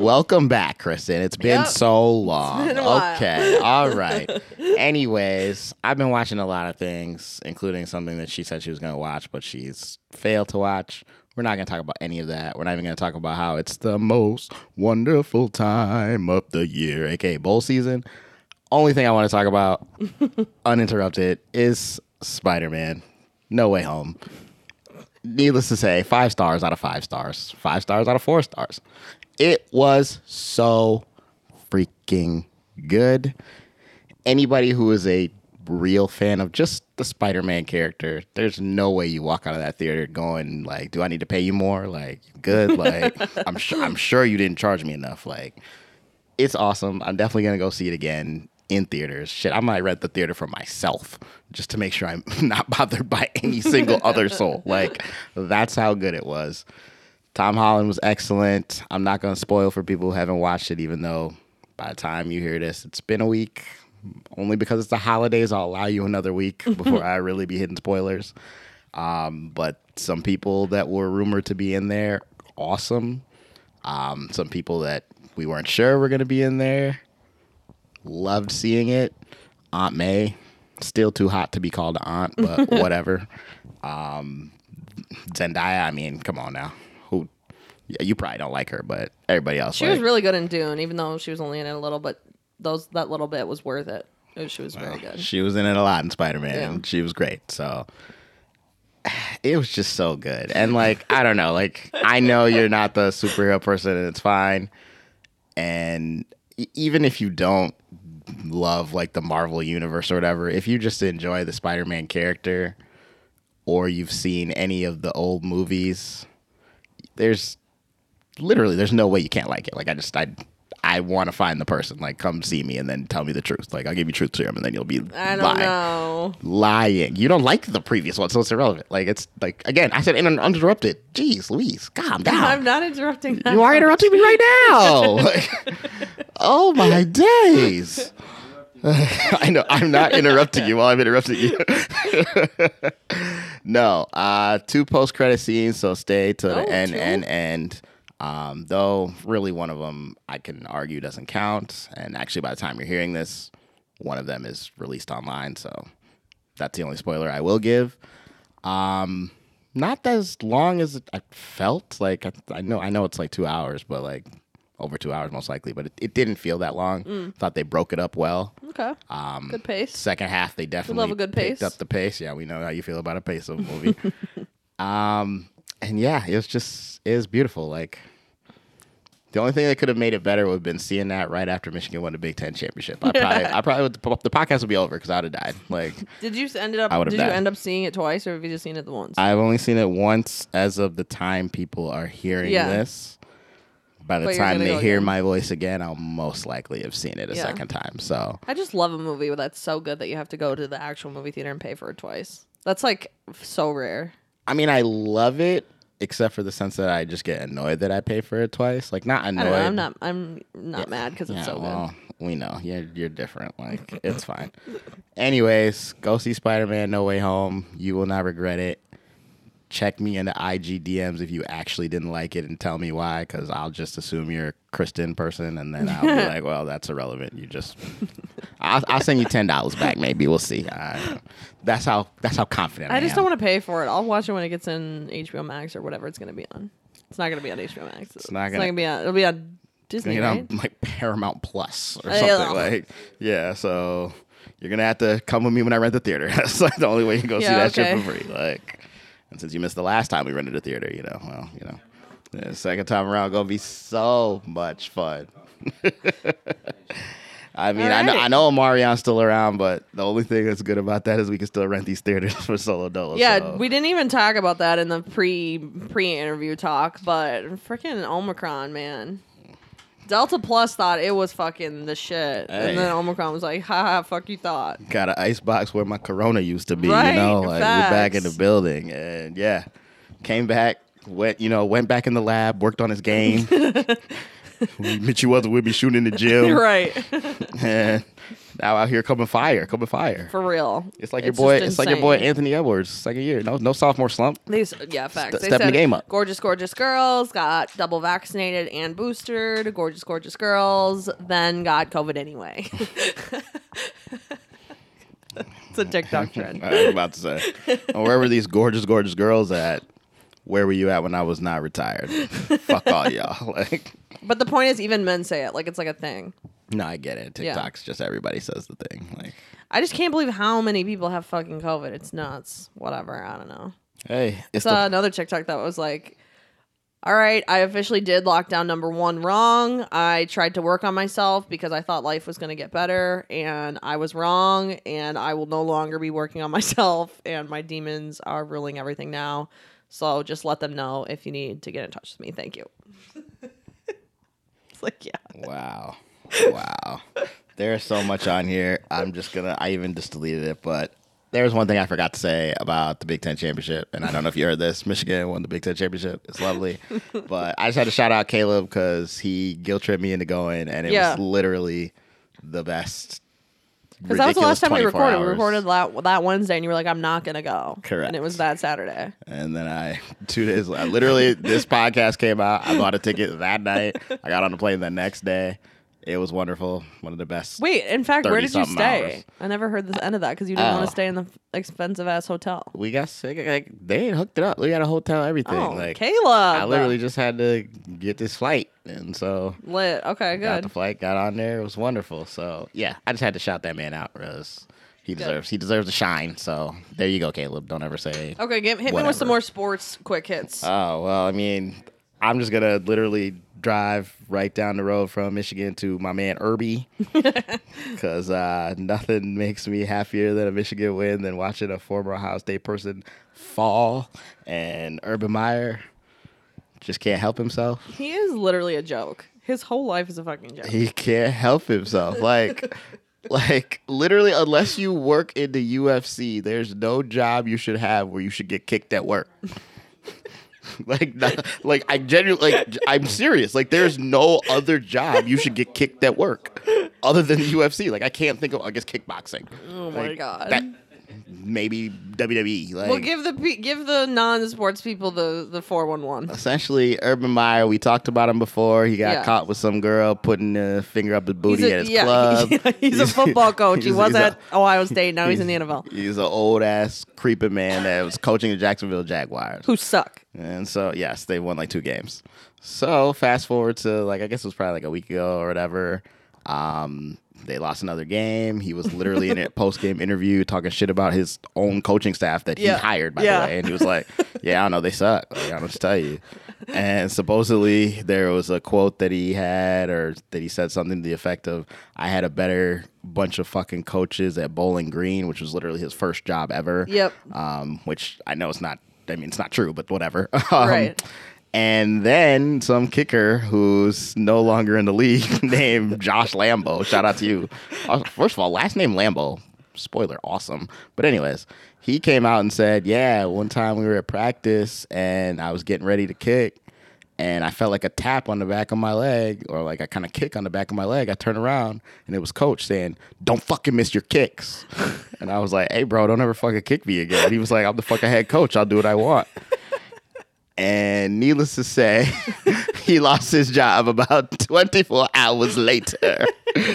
Welcome back, Kristen. It's been Yep. so long. been a while. Okay. All right. Anyways, I've been watching a lot of things, including something that she said she was going to watch, but she's failed to watch. We're not going to talk about any of that. We're not even going to talk about how it's the most wonderful time of the year, aka bowl season. Only thing I want to talk about uninterrupted is Spider Man. No way home. Needless to say, five stars out of five stars, five stars out of four stars. It was so freaking good. Anybody who is a real fan of just the Spider Man character, there's no way you walk out of that theater going like, "Do I need to pay you more?" Like, good. Like, I'm sure I'm sure you didn't charge me enough. Like, it's awesome. I'm definitely gonna go see it again in theaters. Shit, I might rent the theater for myself just to make sure I'm not bothered by any single other soul. Like that's how good it was. Tom Holland was excellent. I'm not gonna spoil for people who haven't watched it, even though by the time you hear this, it's been a week. Only because it's the holidays, I'll allow you another week Mm-hmm. before I really be hitting spoilers. Um, but some people that were rumored to be in there, awesome. Um, some people that we weren't sure were going to be in there. Loved seeing it. Aunt May, still too hot to be called aunt, but whatever. Um, Zendaya, I mean, come on now. Who? Yeah, you probably don't like her, but everybody else. She like, was really good in Dune, even though she was only in it a little, but those that little bit was worth it. It- She was very good. She was in it a lot in Spider Man. Yeah. She was great. So it was just so good. And like, I don't know, like I know you're not the superhero person and it's fine. And e- even if you don't love like the Marvel universe or whatever, if you just enjoy the Spider Man character or you've seen any of the old movies, there's literally there's no way you can't like it. Like I just I I want to find the person. Like come see me and then tell me the truth. Like I'll give you truth serum and then you'll be I don't lying. know. Lying. You don't like the previous one, so it's irrelevant. Like it's like again, I said in an uninterrupted. Jeez, Louise, calm down. I'm not interrupting that. you are interrupting me right now. Like, oh my days. I know I'm not interrupting you while I'm interrupting you. no, uh, two post credit scenes, so stay till Oh, the end, two? end, end. Um, though really one of them I can argue doesn't count, and actually by the time you're hearing this, one of them is released online, so that's the only spoiler I will give. Um, not as long as I felt. Like I, I know, I know it's like two hours, but like over two hours most likely. But it, it didn't feel that long. Mm. Thought they broke it up well. Okay. Um, Good pace. Second half, they definitely a good picked pace. up the pace. Yeah, we know how you feel about a pace of a movie. um, and yeah, it was just it was beautiful. Like the only thing that could have made it better would have been seeing that right after Michigan won the Big Ten championship. I probably, I probably would, the podcast would be over because I would have died. Like Did you s- ended up? I would've Did you died. end up seeing it twice, or have you just seen it the once? I've only seen it once as of the time people are hearing Yeah. this. By the But you're time gonna they go hear again. my voice again, I'll most likely have seen it a Yeah. second time. So I just love a movie where that's so good that you have to go to the actual movie theater and pay for it twice. That's like so rare. I mean, I love it, except for the sense that I just get annoyed that I pay for it twice. Like not I annoyed. don't know. I'm not. I'm not mad because it's so good. we know you're you're different. Like it's fine. Anyways, go see Spider Man No Way Home. You will not regret it. Check me in the IG DMs if you actually didn't like it and tell me why, because I'll just assume you're a Kristen person, and then I'll be like, "Well, that's irrelevant." You just, I'll, I'll send you ten dollars back, maybe. We'll see. I, that's how that's how confident I, I just am. don't want to pay for it. I'll watch it when it gets in HBO Max or whatever it's going to be on. It's not going to be on HBO Max. It's not not gonna- going to be on. It'll be on Disney. you know, right? like Paramount Plus or Yeah. something. Like, yeah, so you're gonna have to come with me when I rent the theater. That's like the only way you can go see Yeah, that okay. shit for free. Like, and since you missed the last time we rented a theater, you know, well, you know, the second time around gonna be so much fun. I mean, I know I Alrighty. know Omarion's still around, but the only thing that's good about that is we can still rent these theaters for solo doubles. Yeah, so. we didn't even talk about that in the pre pre interview talk, but freaking Omicron, man. Delta Plus thought it was fucking the shit, Hey. and then Omicron was like, "Ha ha, fuck you thought." got an ice box where my corona used to be Right, you know like we're back in the facts. building and yeah came back went you know went back in the lab worked on his game mitchy wasn't with me shooting in the gym You're right, and now out here coming fire coming fire for real. it's like your boy just it's like your boy insane. anthony edwards second year no no sophomore slump They s- yeah, facts. They stepping the said game up. Gorgeous, gorgeous girls got double vaccinated and boosted. Gorgeous, gorgeous girls then got COVID anyway. it's a TikTok trend. i was about to say And where were these gorgeous gorgeous girls at where were you at when i was not retired fuck all y'all like But the point is, even men say it. Like it's like a thing. no i get it Yeah. tiktok's just everybody says the thing like I just can't believe how many people have fucking COVID. It's nuts. Whatever. I don't know. hey it's Saw the another TikTok that was like, all right, I officially did lockdown number one wrong. I tried to work on myself because I thought life was going to get better and I was wrong and I will no longer be working on myself and my demons are ruling everything now. So just let them know if you need to get in touch with me. Thank you. it's like, yeah. Wow. Wow. There's so much on here. I'm just going to, I even just deleted it, but there was one thing I forgot to say about the Big Ten Championship. And I don't know if you heard this. Michigan won the Big Ten Championship. It's lovely. but I just had to shout out Caleb because he guilt tripped me into going, and it Yeah. was literally the best. Because that was the ridiculous last time we 24 recorded. We hours. recorded that, that Wednesday, and you were like, "I'm not gonna go." Correct. And it was that Saturday. And then I, two days, I literally, this podcast came out. I bought a ticket that night. I got on the plane the next day. It was wonderful. One of the best. Wait, in fact, where did you 30-something stay? hours. I never heard the end of that because you didn't want Oh. to stay in the expensive ass hotel. we got sick. Like they had hooked it up. We got a hotel, everything. Oh, like Caleb, I literally just had to get this flight, and so lit. Okay, got the good. flight, got on there. It was wonderful. So yeah, I just had to shout that man out. Russ. He deserves. He deserves a shine. So there you go, Caleb. Don't ever say. Okay, get, hit me with Whatever. some more sports quick hits. Oh well, I mean, I'm just gonna literally drive right down the road from Michigan to my man Irby, because uh, nothing makes me happier than a Michigan win than watching a former Ohio State person fall. And Urban Meyer just can't help himself. he is literally a joke. His whole life is a fucking joke. He can't help himself. Like, like literally, unless you work in the UFC, there's no job you should have where you should get kicked at work. like, not, like I genuinely, like I'm serious. Like, there's no other job you should get kicked at work other than the UFC. Like, I can't think of. I guess kickboxing. oh my Like, god. That maybe WWE. Like Well, give the pe- give the non-sports people the the four one one. essentially Urban Meyer. We talked about him before. He got Yeah. caught with some girl putting a finger up his He's booty a, at his yeah, club. he's a football coach. He he's- was he's a- at Ohio State. Now he's in the NFL. He's an old ass creeping man that was coaching the Jacksonville Jaguars. Who suck? And so, yes, they won like two games. So, fast forward to like, I guess it was probably like a week ago or whatever. Um, they lost another game. He was literally in a post game interview talking shit about his own coaching staff that Yeah. he hired, by Yeah. the way. And he was like, Yeah, I don't know. They suck. Like, I don't know what to tell you. And supposedly there was a quote that he had or that he said something to the effect of, I had a better bunch of fucking coaches at Bowling Green, which was literally his first job ever Yep. um, which I know it's not. I mean, it's not true, but whatever. Um, Right. And then some kicker who's no longer in the league named Josh Lambo. Shout out to you. Uh, First of all, last name Lambo. Spoiler, awesome. But anyways, he came out and said, "Yeah, one time we were at practice and I was getting ready to kick." And I felt like a tap on the back of my leg, or like I kind of kick on the back of my leg. I turn around and it was coach saying, Don't fucking miss your kicks. And I was like, Hey, bro, don't ever fucking kick me again. He was like, I'm the fucking head coach. I'll do what I want. And needless to say, he lost his job about 24 hours later.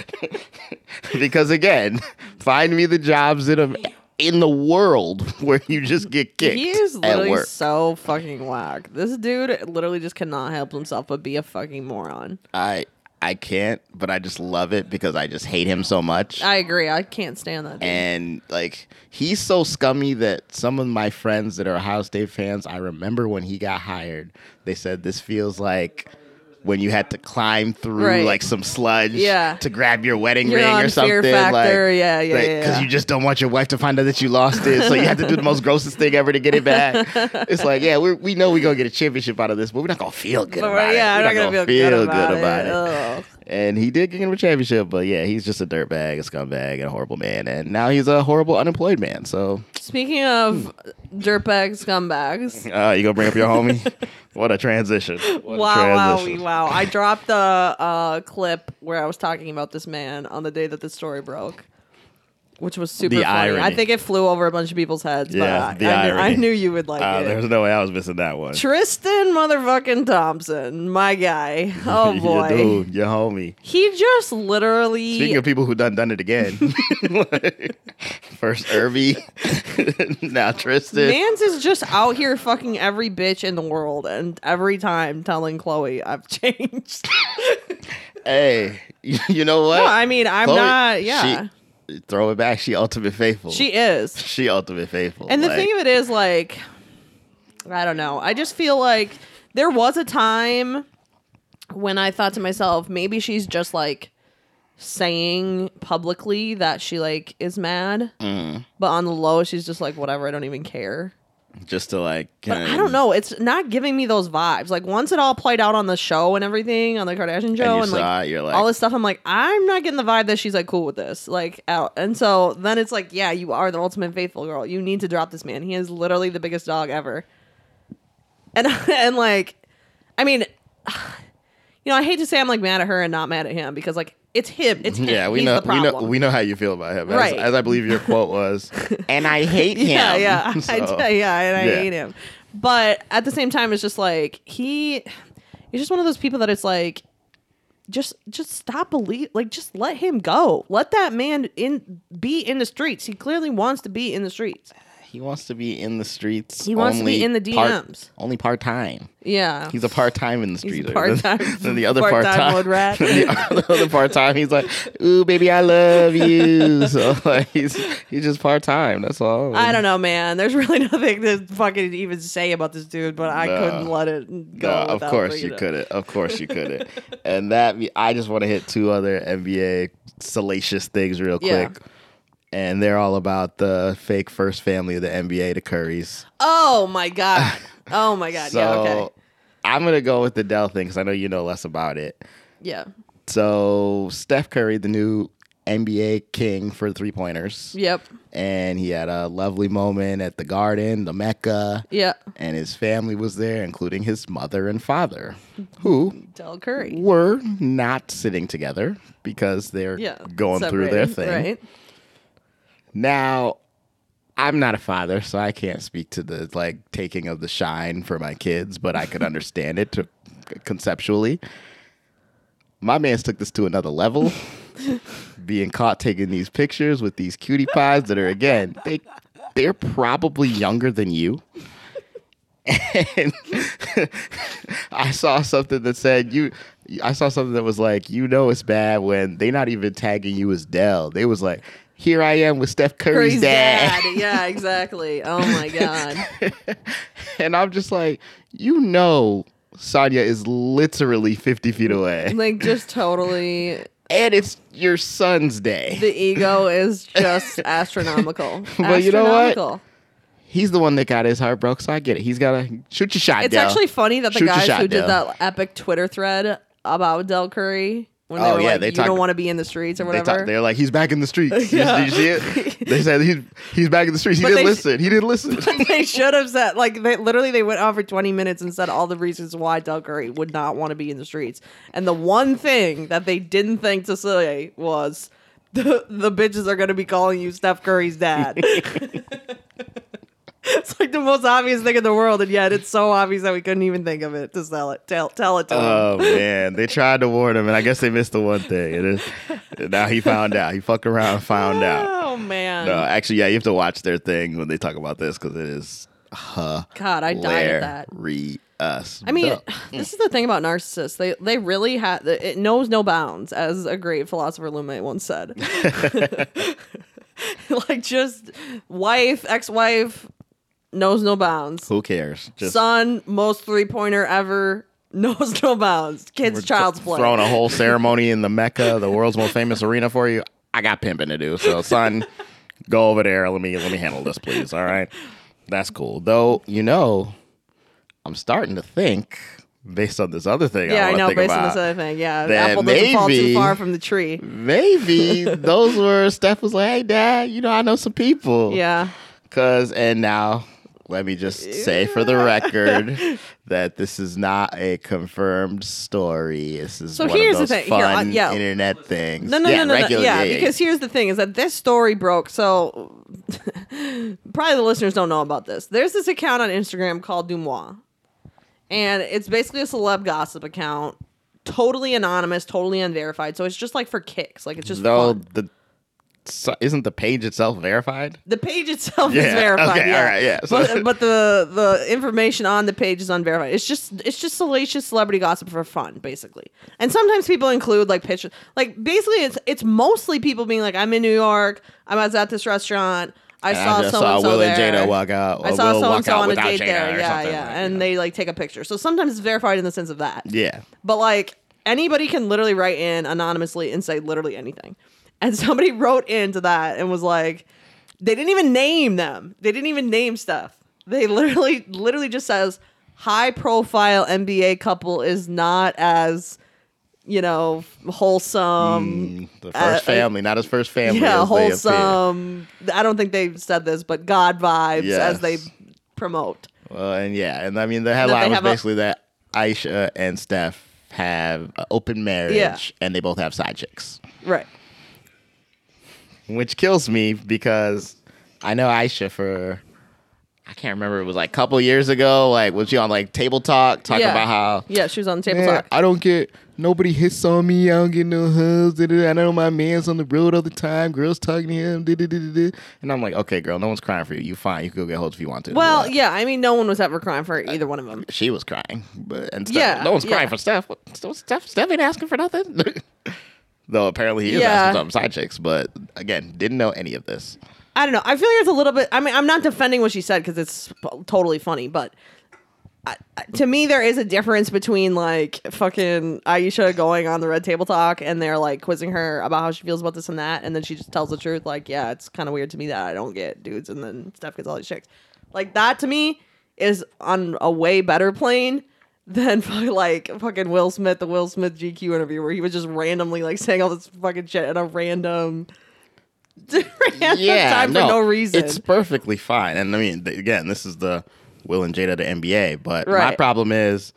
because again, find me the jobs in, a, in the world where you just get kicked He is at literally work. so fucking whack. This dude literally just cannot help himself but be a fucking moron. I, I can't, but I just love it because I just hate him so much. I agree. I can't stand that. Dude. and like he's so scummy that some of my friends that are Ohio State fans, I remember when he got hired, they said this feels like when you had to climb through Right. like some sludge Yeah. to grab your wedding You're ring on or something, Fear Factor. like Yeah, yeah, yeah, because yeah. you just don't want your wife to find out that you lost it, so you have to do the most grossest thing ever to get it back. It's like, yeah, we we know we're gonna get a championship out of this, but we're not gonna feel good But, about yeah, it. I'm We're not gonna, feel, good about, it. Ugh. and he did get him a championship, but yeah, he's just a dirtbag, a scumbag, and a horrible man. And now he's a horrible unemployed man. So Speaking of Hmm. dirtbag scumbags, uh, you gonna bring up your homie? what a transition. What wow, a wow, transition. wow! I dropped the uh, clip where I was talking about this man on the day that the story broke, which was super The funny. I irony. think it flew over a bunch of people's heads. Yeah, but the I, I, knew, I irony. knew you would like Uh, it. there's no way I was missing that one. Tristan motherfucking Thompson, my guy. Oh your boy. dude, your homie. he just literally Speaking of people who done done it again, first Irby, now Tristan. Mans is just out here fucking every bitch in the world and every time telling Chloe I've changed. Hey, you, you know what? no, I mean I'm Chloe, not yeah. she- throw it back. She ultimate faithful. She, is. she ultimate faithful. And the Like, thing of it is like I don't know. I just feel like there was a time when I thought to myself, maybe she's just like saying publicly that she like is mad. Mm. But on the low, she's just like, whatever, I don't even care. just to like, But I don't know. It's not giving me those vibes. Like once it all played out on the show and everything on the Kardashian show And you and, saw like, it, you're like, all this stuff, I'm like, I'm not getting the vibe that she's like cool with this. Like out. And so then it's like, yeah, you are the ultimate faithful girl. You need to drop this man. He is literally the biggest dog ever. And and like, I mean, you know, I hate to say I'm like mad at her and not mad at him because like it's him. It's him. Yeah, we He's know the we know problem. we know how you feel about him. As, Right. as I believe your quote was, and I hate him. Yeah, yeah, I So, do, yeah, and I yeah. hate him. But at the same time, it's just like he, he's just one of those people that it's like, just just stop believe, like just let him go, let that man in be in the streets. He clearly wants to be in the streets. He wants to be in the streets. He wants to be only in the part- DMs. only part time. Yeah, He's a part time in the a streets. part-time- Then the other part part-time time. wood rat. the other- the other part time, he's like, "Ooh, baby, I love you." So like, he's he's just part time. That's all. I don't know, man. There's really nothing to fucking even say about this dude, but I No. couldn't let it go. No, of without course bringing you it up. couldn't. Of course you couldn't. and that I just want to hit two other NBA salacious things real Yeah. quick. And they're all about the fake first family of the NBA, the Currys. Oh my god. Oh my god. So yeah. Okay. I'm gonna go with the Dell thing because I know you know less about it. Yeah. So Steph Curry, the new NBA king for three pointers, Yep. and he had a lovely moment at the Garden, the Mecca, Yeah. and his family was there, including his mother and father, who Del Curry. were not sitting together because they're yeah going through their separated, thing. right Now, I'm not a father, so I can't speak to the like taking of the shine for my kids, but I could understand it to, conceptually. My man's took this to another level. Being caught taking these pictures with these cutie pies that are again, they they're probably younger than you. And I saw something that said you I saw something that was like, you know it's bad when they not even tagging you as Dell. They was like, here I am with Steph Curry's, Curry's dad. dad. Yeah, exactly. Oh my god. and I'm just like, you know, Sonya is literally 50 feet away, like just totally and it's your son's day. the ego is just astronomical. But you know what? Astronomical. He's the one that got his heart broke, so I get it. He's gotta shoot your shot. It's Dell. actually funny that the Shoot your guys shot, who did Dell. that epic Twitter thread about Del Curry when they Oh, were yeah, like, they "You talked- don't want to be in the streets" or they whatever. talk, they're like, he's back in the streets. You- Did you see it? They said he's he's back in the streets. He But didn't they sh- listen. He didn't listen. they should have said like they literally they went on for 20 minutes and said all the reasons why Del Curry would not want to be in the streets. And the one thing that they didn't think to say was the the bitches are gonna be calling you Steph Curry's dad. it's like the most obvious thing in the world, and yet it's so obvious that we couldn't even think of it to sell it, tell tell it to them. oh man, they tried to warn him, and I guess they missed the one thing. It is, now he found out. He fucked around, and found out. Oh man. No, actually, yeah, you have to watch their thing when they talk about this because it is God, I died at that. us. I mean, this is the thing about narcissists. They they really have it knows no bounds, as a great philosopher Lumet once said. like just wife, ex-wife knows no bounds. who cares? Just Son, most three-pointer ever knows no bounds. Kids, child's play. throwing a whole ceremony in the Mecca, the world's most famous arena for you. I got pimping to do, so son, go over there. Let me let me handle this, please. All right, that's cool. Though you know, I'm starting to think based on this other thing. yeah, I, I wanna know. Think Based about, on this other thing, yeah, the that apple doesn't fall too maybe- far from the tree. Maybe those were Steph was like, "Hey, Dad, you know I know some people." Yeah, Cause and now let me just say for the record that this is not a confirmed story. This is So one here's the of those thing. Here, uh, fun yeah. internet things. No, no, yeah, no, no, no. regular- Yeah, because here's the thing: is that this story broke. So probably the listeners don't know about this. There's this account on Instagram called Dumois, and it's basically a celeb gossip account, totally anonymous, totally unverified. So it's just like for kicks. Like it's just though fun. the so, isn't the page itself verified? The page itself is Yeah, verified. okay, yeah. all right, yeah. So- But, but the the information on the page is unverified. It's just it's just salacious celebrity gossip for fun, basically. And sometimes people include like pictures. Like basically, it's it's mostly people being like, "I'm in New York. I was at this restaurant. I And saw I just so and saw so Will there. and Jada walk out. Or I saw Will so walk and so out on a without date Jada there. or Yeah, something yeah. like, and yeah. they like take a picture. So sometimes it's verified in the sense of that. yeah. But like anybody can literally write in anonymously and say literally anything. And somebody wrote into that and was like, they didn't even name them. They didn't even name stuff. They literally, literally just says high profile NBA couple is not as, you know, wholesome. The first Uh, uh, family, not his first family. yeah, as Mm, they appear. wholesome. I don't think they said this, but God vibes as they Yes. promote. Well, and yeah, and I mean the they headline was have a- basically that Aisha and Steph have an open marriage Yeah. and they both have side chicks, Right. which kills me because I know Aisha for I can't remember it was like a couple years ago, like was she on like Table Talk talking yeah. about how Yeah, she was on the table "Man, talk. I don't get nobody hits on me. I don't get no hugs. da, da, da. I know my man's on the road all the time. Girls talking to him. da, da, da, da, da." And I'm like, okay, girl, no one's crying for you. You fine. You can go get hugs if you want to. Well, But- yeah, I mean, no one was ever crying for either one of them. she was crying, but and Steph, Yeah, no one's yeah. crying for Steph. What, Steph, Steph. Steph ain't asking for nothing. Though apparently he is Yeah. asking some side chicks, but again, didn't know any of this. I don't know. I feel like it's a little bit. I mean, I'm not defending what she said because it's p- totally funny, but I, I- to me, there is a difference between like fucking Aisha going on the red table talk and they're like quizzing her about how she feels about this and that, and then she just tells the truth. Like, yeah, it's kind of weird to me that I don't get dudes, and then Steph gets all these chicks. Like that to me is on a way better plane. Than fucking, like fucking Will Smith, the Will Smith GQ interview where he was just randomly like saying all this fucking shit at a random, random time for no reason. It's perfectly fine. And I mean, th- again, this is the Will and Jada to NBA, but my Right. problem is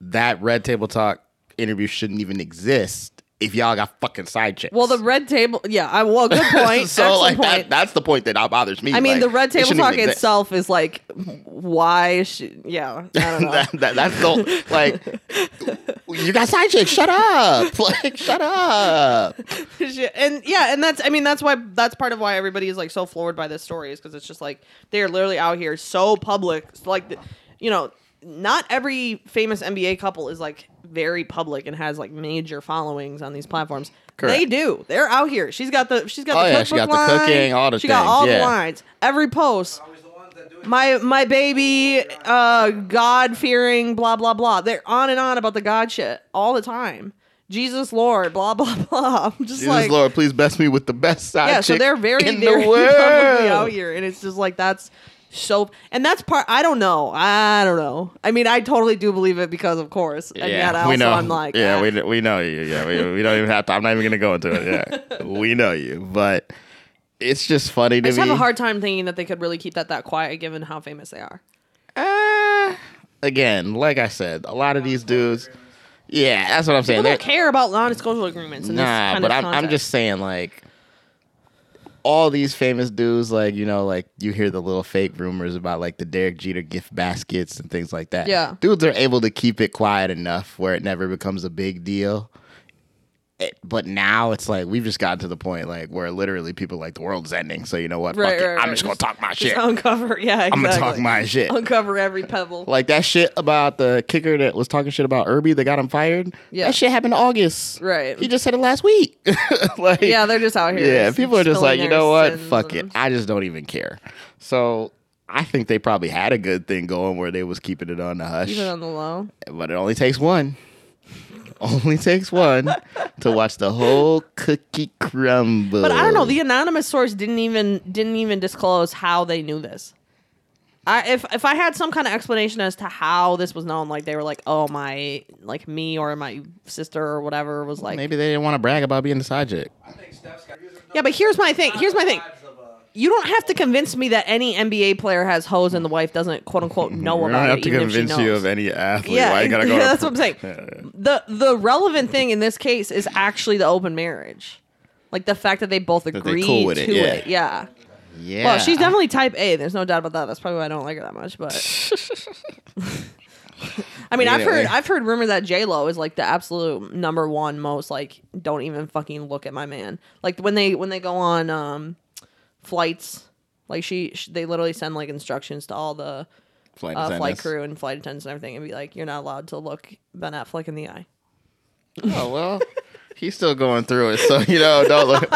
that red table talk interview shouldn't even exist if y'all got fucking side chicks. Well, the red table. Yeah, I well, good point. so Excellent like point. that, that's the point that bothers me. I mean, Like, the red it table shouldn't talk even exist. itself is like, why? Should, yeah, I don't know. that, that, that's the like you got side chicks. Shut up! Like shut up! Shit. and yeah, and that's I mean that's why that's part of why everybody is like so floored by this story is because it's just like they are literally out here so public, It's like the, you know, not every famous NBA couple is like very public and has like major followings on these platforms. Correct. They do. They're out here. She's got the she's got Oh, the yeah, cookbook she got the line. cooking, all the she got things, all the yeah. lines. Every post. Always the ones that do it. My my baby, uh, God fearing, blah blah blah. They're on and on about the God shit all the time. Jesus Lord, blah blah blah. I'm just Jesus like Lord, please bless me with the best side yeah, chick. so they're very in they're the publicly out world. here, and it's just like that's so, and that's part. I don't know. I don't know. I mean, I totally do believe it because, of course, and yet I also we know. I'm like, yeah, ah. we we know you. Yeah, we, we don't even have to. I'm not even gonna go into it. Yeah, we know you, but it's just funny to I just me. have a hard time thinking that they could really keep that that quiet given how famous they are. Uh, again, like I said, a lot of these dudes. Yeah, that's what I'm saying. People They're- don't care about non-disclosure agreements. In this Nah, kind but of I'm, I'm context. just saying, like, all these famous dudes, like, you know, like, you hear the little fake rumors about, like, the Derek Jeter gift baskets and things like that. Yeah. Dudes are able to keep it quiet enough where it never becomes a big deal. It- but now it's like, we've just gotten to the point, like, where literally people, are like, the world's ending. So, you know what? Right, Fuck it. right, I'm right. just going to talk my Just shit. uncover. Yeah, exactly. I'm going to talk my shit. uncover every pebble. Like that shit about the kicker that was talking shit about Irby that got him fired. Yeah. That shit happened in August. Right. He just said it last week. like yeah, they're just out here. yeah, people are just like, spilling you their know what? sins Fuck it. and- I just don't even care. So I think they probably had a good thing going where they was keeping it on the hush. Even on the low. But it only takes one. Only takes one to watch the whole cookie crumble. But I don't know. The anonymous source didn't even didn't even disclose how they knew this. I, if if I had some kind of explanation as to how this was known, like they were like, oh my, like me or my sister or whatever was like, Maybe they didn't want to brag about being the side chick. I think Steph's got. yeah. But here's my thing. Here's my thing. Vibes of, uh, You don't have to convince me that any NBA player has hoes and the wife doesn't quote unquote know We Oh, about don't it. have to even if she convince you knows. of any athlete. yeah, Why you gotta go? that's what I'm saying. The the relevant thing in this case is actually the open marriage, like the fact that they both they agree cool with to it, yeah. it. Yeah. Yeah. Well, she's definitely type A. There's no doubt about that. That's probably why I don't like her that much. But I mean, I've Anyway. heard I've heard rumor that J Lo is like the absolute number one most like don't even fucking look at my man. Like when they when they go on um flights, like she, sh they literally send like instructions to all the flight, uh, flight attendants. crew and flight attendants and everything, and be like, you're not allowed to look Ben Affleck in the eye. Oh well, he's still going through it, so you know, don't look,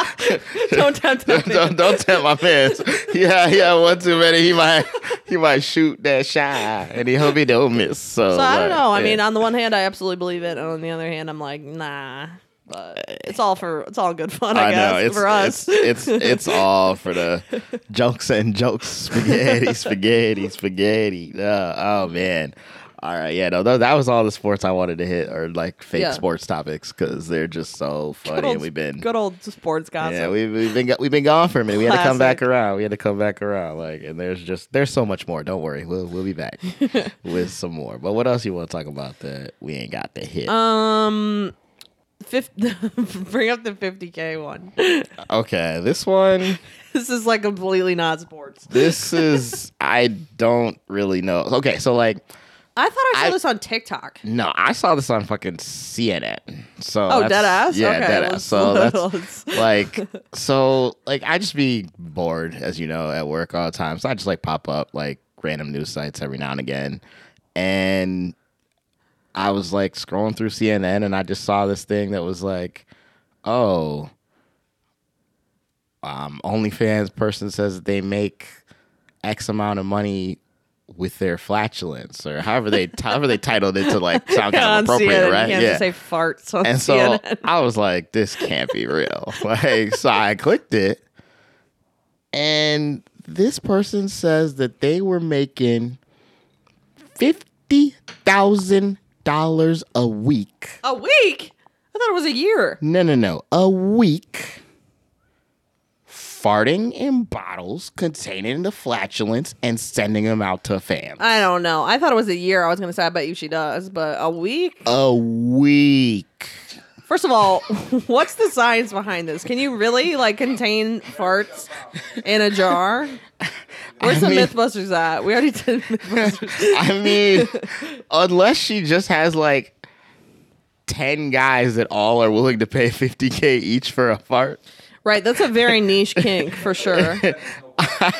don't tempt him. don't don't tell my fans. Yeah, yeah, one too many. He might he might shoot that shot, and he hope he don't miss. So, So I don't like, know. I yeah. mean, on the one hand, I absolutely believe it, and on the other hand, I'm like, nah. But it's all for it's all good fun, I, guess, for us. Eh. It's, it's it's all for the jokes and jokes, spaghetti, spaghetti, spaghetti. No, oh man. All right, yeah, no, tho- that was all the sports I wanted to hit, or like fake Yeah. sports topics, because they're just so funny, good old, and we've been good old sports gossip. Yeah, we, we've been go- we've been gone for a minute. We had to come back Classic. around. We had to come back around. Like, and there's just there's so much more. Don't worry, we'll we'll be back with some more. But what else you want to talk about that we ain't got to hit? um, fif- bring up the 50k one. okay, this one, this is like completely not sports. this is I don't really know. Okay, so like, I thought I saw I- this on TikTok. no, I saw this on fucking CNN. So Oh, that's- dead ass. Yeah, okay, dead ass. let's- So that's let's- like so like i just be bored as you know at work all the time so i just like pop up like random news sites every now and again and i was like scrolling through cnn and i just saw this thing that was like oh um onlyfans person says that they make x amount of money with their flatulence or however they however they titled it to like sound kind on of appropriate CNN, you right can't just say farts on and so CNN. I was like, this can't be real. like, so I clicked it. And this person says that they were making $50,000 a week. A week? I thought it was a year. No, no, no. A week farting in bottles containing the flatulence and sending them out to fans. I don't know. I thought it was a year. I was gonna say I bet you she does, but a week a week. First of all, what's the science behind this? Can you really like contain farts in a jar? Where's I the mean- MythBusters at? We already did MythBusters. I mean, unless she just has like ten guys that all are willing to pay fifty k each for a fart. right, that's a very niche kink for sure.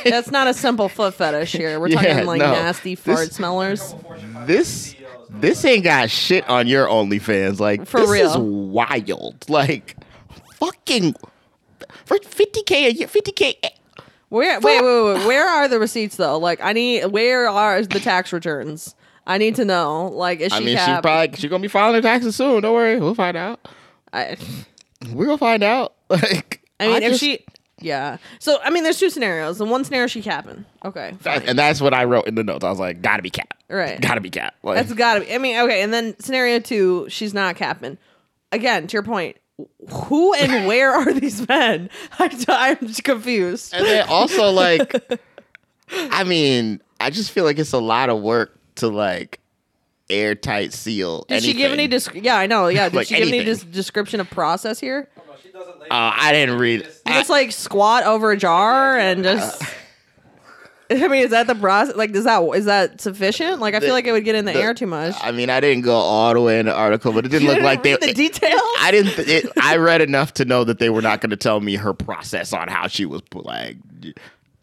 That's not a simple foot fetish here. We're talking Yeah, like no. nasty This- fart smellers. This this ain't got shit on your OnlyFans. Like For this is real. wild. Like fucking for fifty k a year, fifty k. eh, Where wait, wait, wait, where are the receipts though? Like I need where are the tax returns? I need to know. Like is she I mean, she cap- probably she gonna be filing her taxes soon. Don't worry, we'll find out. I, We're gonna find out. Like I mean, if just- she, yeah. So I mean, there's two scenarios. The one scenario she capping. Okay, that- fine. and that's what I wrote in the notes. I was like, gotta be cat. Right. Gotta be cat. Like, that's gotta be. I mean, okay. And then scenario two, she's not capping. Again, to your point, who and where are these men? I, I'm just confused. And then also like I mean, I just feel like it's a lot of work to like airtight seal. Did she give any? anything. Desc- yeah, I know. Yeah, did Like she give any anything. des- description of process here? She doesn't like uh, I Uh, didn't read You just like squat over a jar and just. I mean, is that the process? Like, does that is that sufficient? Like, I feel like it would get in the, the- air too much. I mean, I didn't go all the way in the article, but it didn't You look didn't like they. read the details? I didn't. It, I read enough to know that they were not going to tell me her process on how she was like.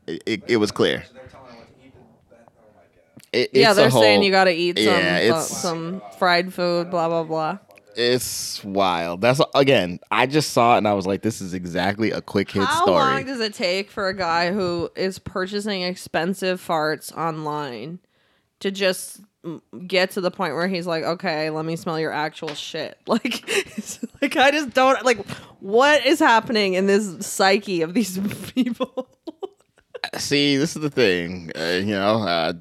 It, it, it was clear. they're telling her what to eat. and that- Oh my god. It, yeah, it's a they're saying whole- you got to eat some Yeah, uh, it's- some fried food, blah blah blah. It's wild. That's again. I just saw it and I was like, "This is exactly a quick hit How story." long does it take for a guy who is purchasing expensive farts online to just mm, get to the point where he's like, "Okay, let me smell your actual shit." Like, it's- like I just don't like what is happening in this psyche of these people. See, this is the thing. Uh, you know, I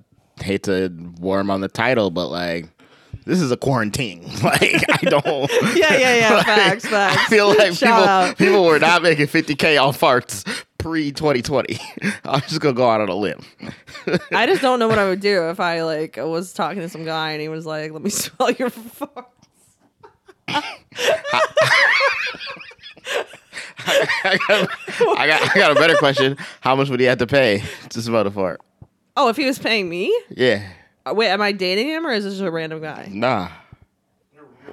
hate to warm on the title, but like, this is a quarantine. Like, I don't. yeah, yeah, yeah. Like, Facts, facts. I feel like Shout people out. people were not making 50k on farts pre 2020. I'm just gonna go out on a limb. I just don't know what I would do if I like was talking to some guy and he was like, "Let me smell your farts." I, got, I, got, I got a better question. How much would he have to pay to smell a fart? Oh, if he was paying me? Yeah, Uh, Wait, am I dating him or is this just a random guy? nah.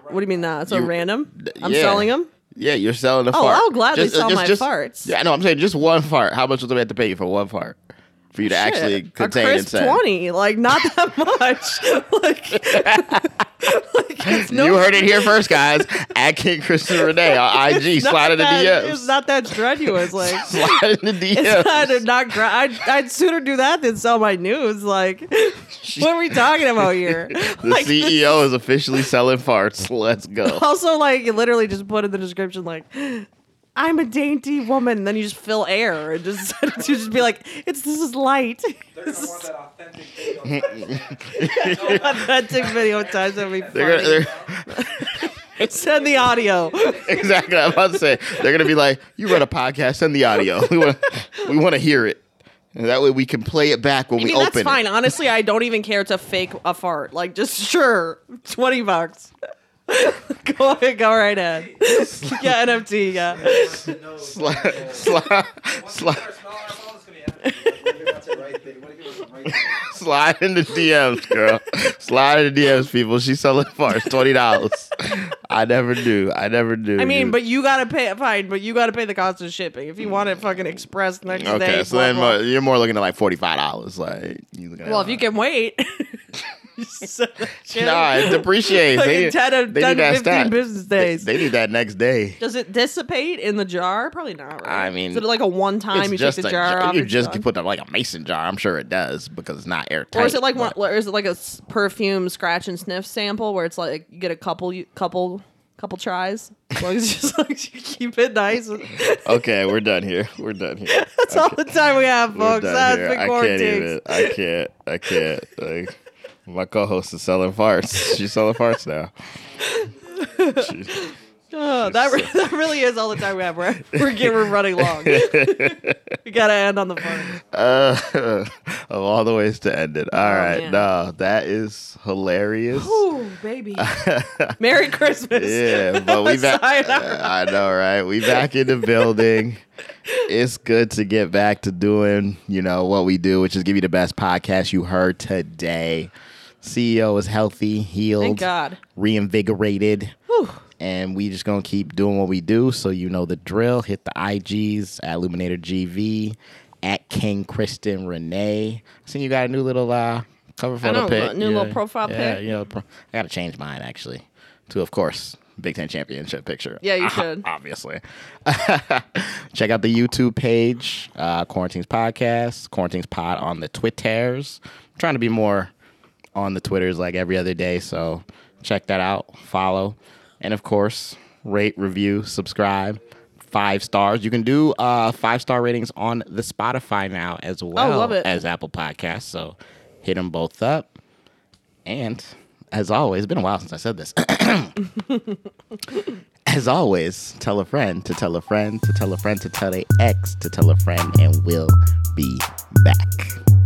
What do you mean that? So You- random? I'm yeah. selling him? Yeah, you're selling a Oh, fart. uh, I'll gladly sell my farts. Yeah, no, I'm saying just one fart. How much would they have to pay you for one fart? For you to actually Shit, contain a and crisp send? 20. Like, not that much. like, like, it's no. You heard it here first, guys. At King Christian Renee on IG, not slide in the that- It's DMs. not that strenuous. Like, slide in the it's not, DMs. not gra- I'd, I'd sooner do that than sell my news. Like, what are we talking about here? The E like, this- CEO is officially selling farts. Let's go. also, like, you literally just put in the description, like, I'm a dainty woman. And then you just fill air and just, to just be like, it's this is light. They're gonna want that authentic video. authentic video times that we They're gonna, they're, send the audio. exactly. I'm about to say they're gonna be like, "You run a podcast, send the audio. We want, we want to hear it. And that way we can play it back when I we mean, open that's fine. it." Honestly, I don't even care to fake a fart. Like, just sure, twenty bucks. go ahead, go right ahead. yeah, NFT. Yeah, Slide, slide, slide, slide in the DMs, girl. Slide in the DMs, people. She's selling farts, twenty dollars. I never do. I never do. I mean, but you gotta pay. Fine, but you gotta pay the cost of shipping if you want it fucking express next Okay, day. so blah, then blah. more, you're more looking at like forty five dollars. Like you looking at well, if you like- can wait. Send that shit. nah, it depreciates. Fucking they, 10 of- they 10 need that 15 stat. business days. They, they need that next day. Does it dissipate in the jar? Probably not. Right? I mean, is it like a one time you take the jar a jar- off? You it's just done? can put that like a mason jar. I'm sure it does because it's not airtight. or is it like one, but- or is it like a s- perfume scratch and sniff sample where it's like you get a couple you- couple couple tries as long as, just, like, you keep it nice that's Okay, we're done here. We're done here. all the time we have We're folks done that's here. the I can't quarantine even. I can't. I can't. Like, my co-host is selling farts. She's selling farts now. She- Oh, that, re- that really is all the time we have. We're, we're, get- we're running long. we got to end on the phone. Uh, of all the ways to end it. All right, Oh, man. no, that is hilarious. Ooh, baby. Merry Christmas. Yeah, but we back. Sayonara. I know, right? We back in the building. It's good to get back to doing, you know, what we do, which is give you the best podcast you heard today. CEO is healthy, healed, Thank God. reinvigorated, Whew. and we just gonna keep doing what we do. So you know the drill. Hit the IGs at Illuminator GV, at King Kristen Renee. Seen you got a new little uh, cover photo know, pic. new little profile yeah, pic. you know, pro- I gotta change mine actually to, of course, Big Ten championship picture. Yeah, you should. Obviously. Check out the YouTube page, uh, Quarantines Podcast, Quarantines Pod on the Twitters. I'm trying to be more on the Twitters like every other day, so check that out, follow, and of course, rate, review, subscribe. Five stars. You can do uh, five star ratings on the Spotify now as well Oh, love it. as Apple Podcasts. So hit them both up. And as always, it's been a while since I said this. as always, tell a friend to tell a friend to tell a friend to tell a ex to tell a friend, and we'll be back.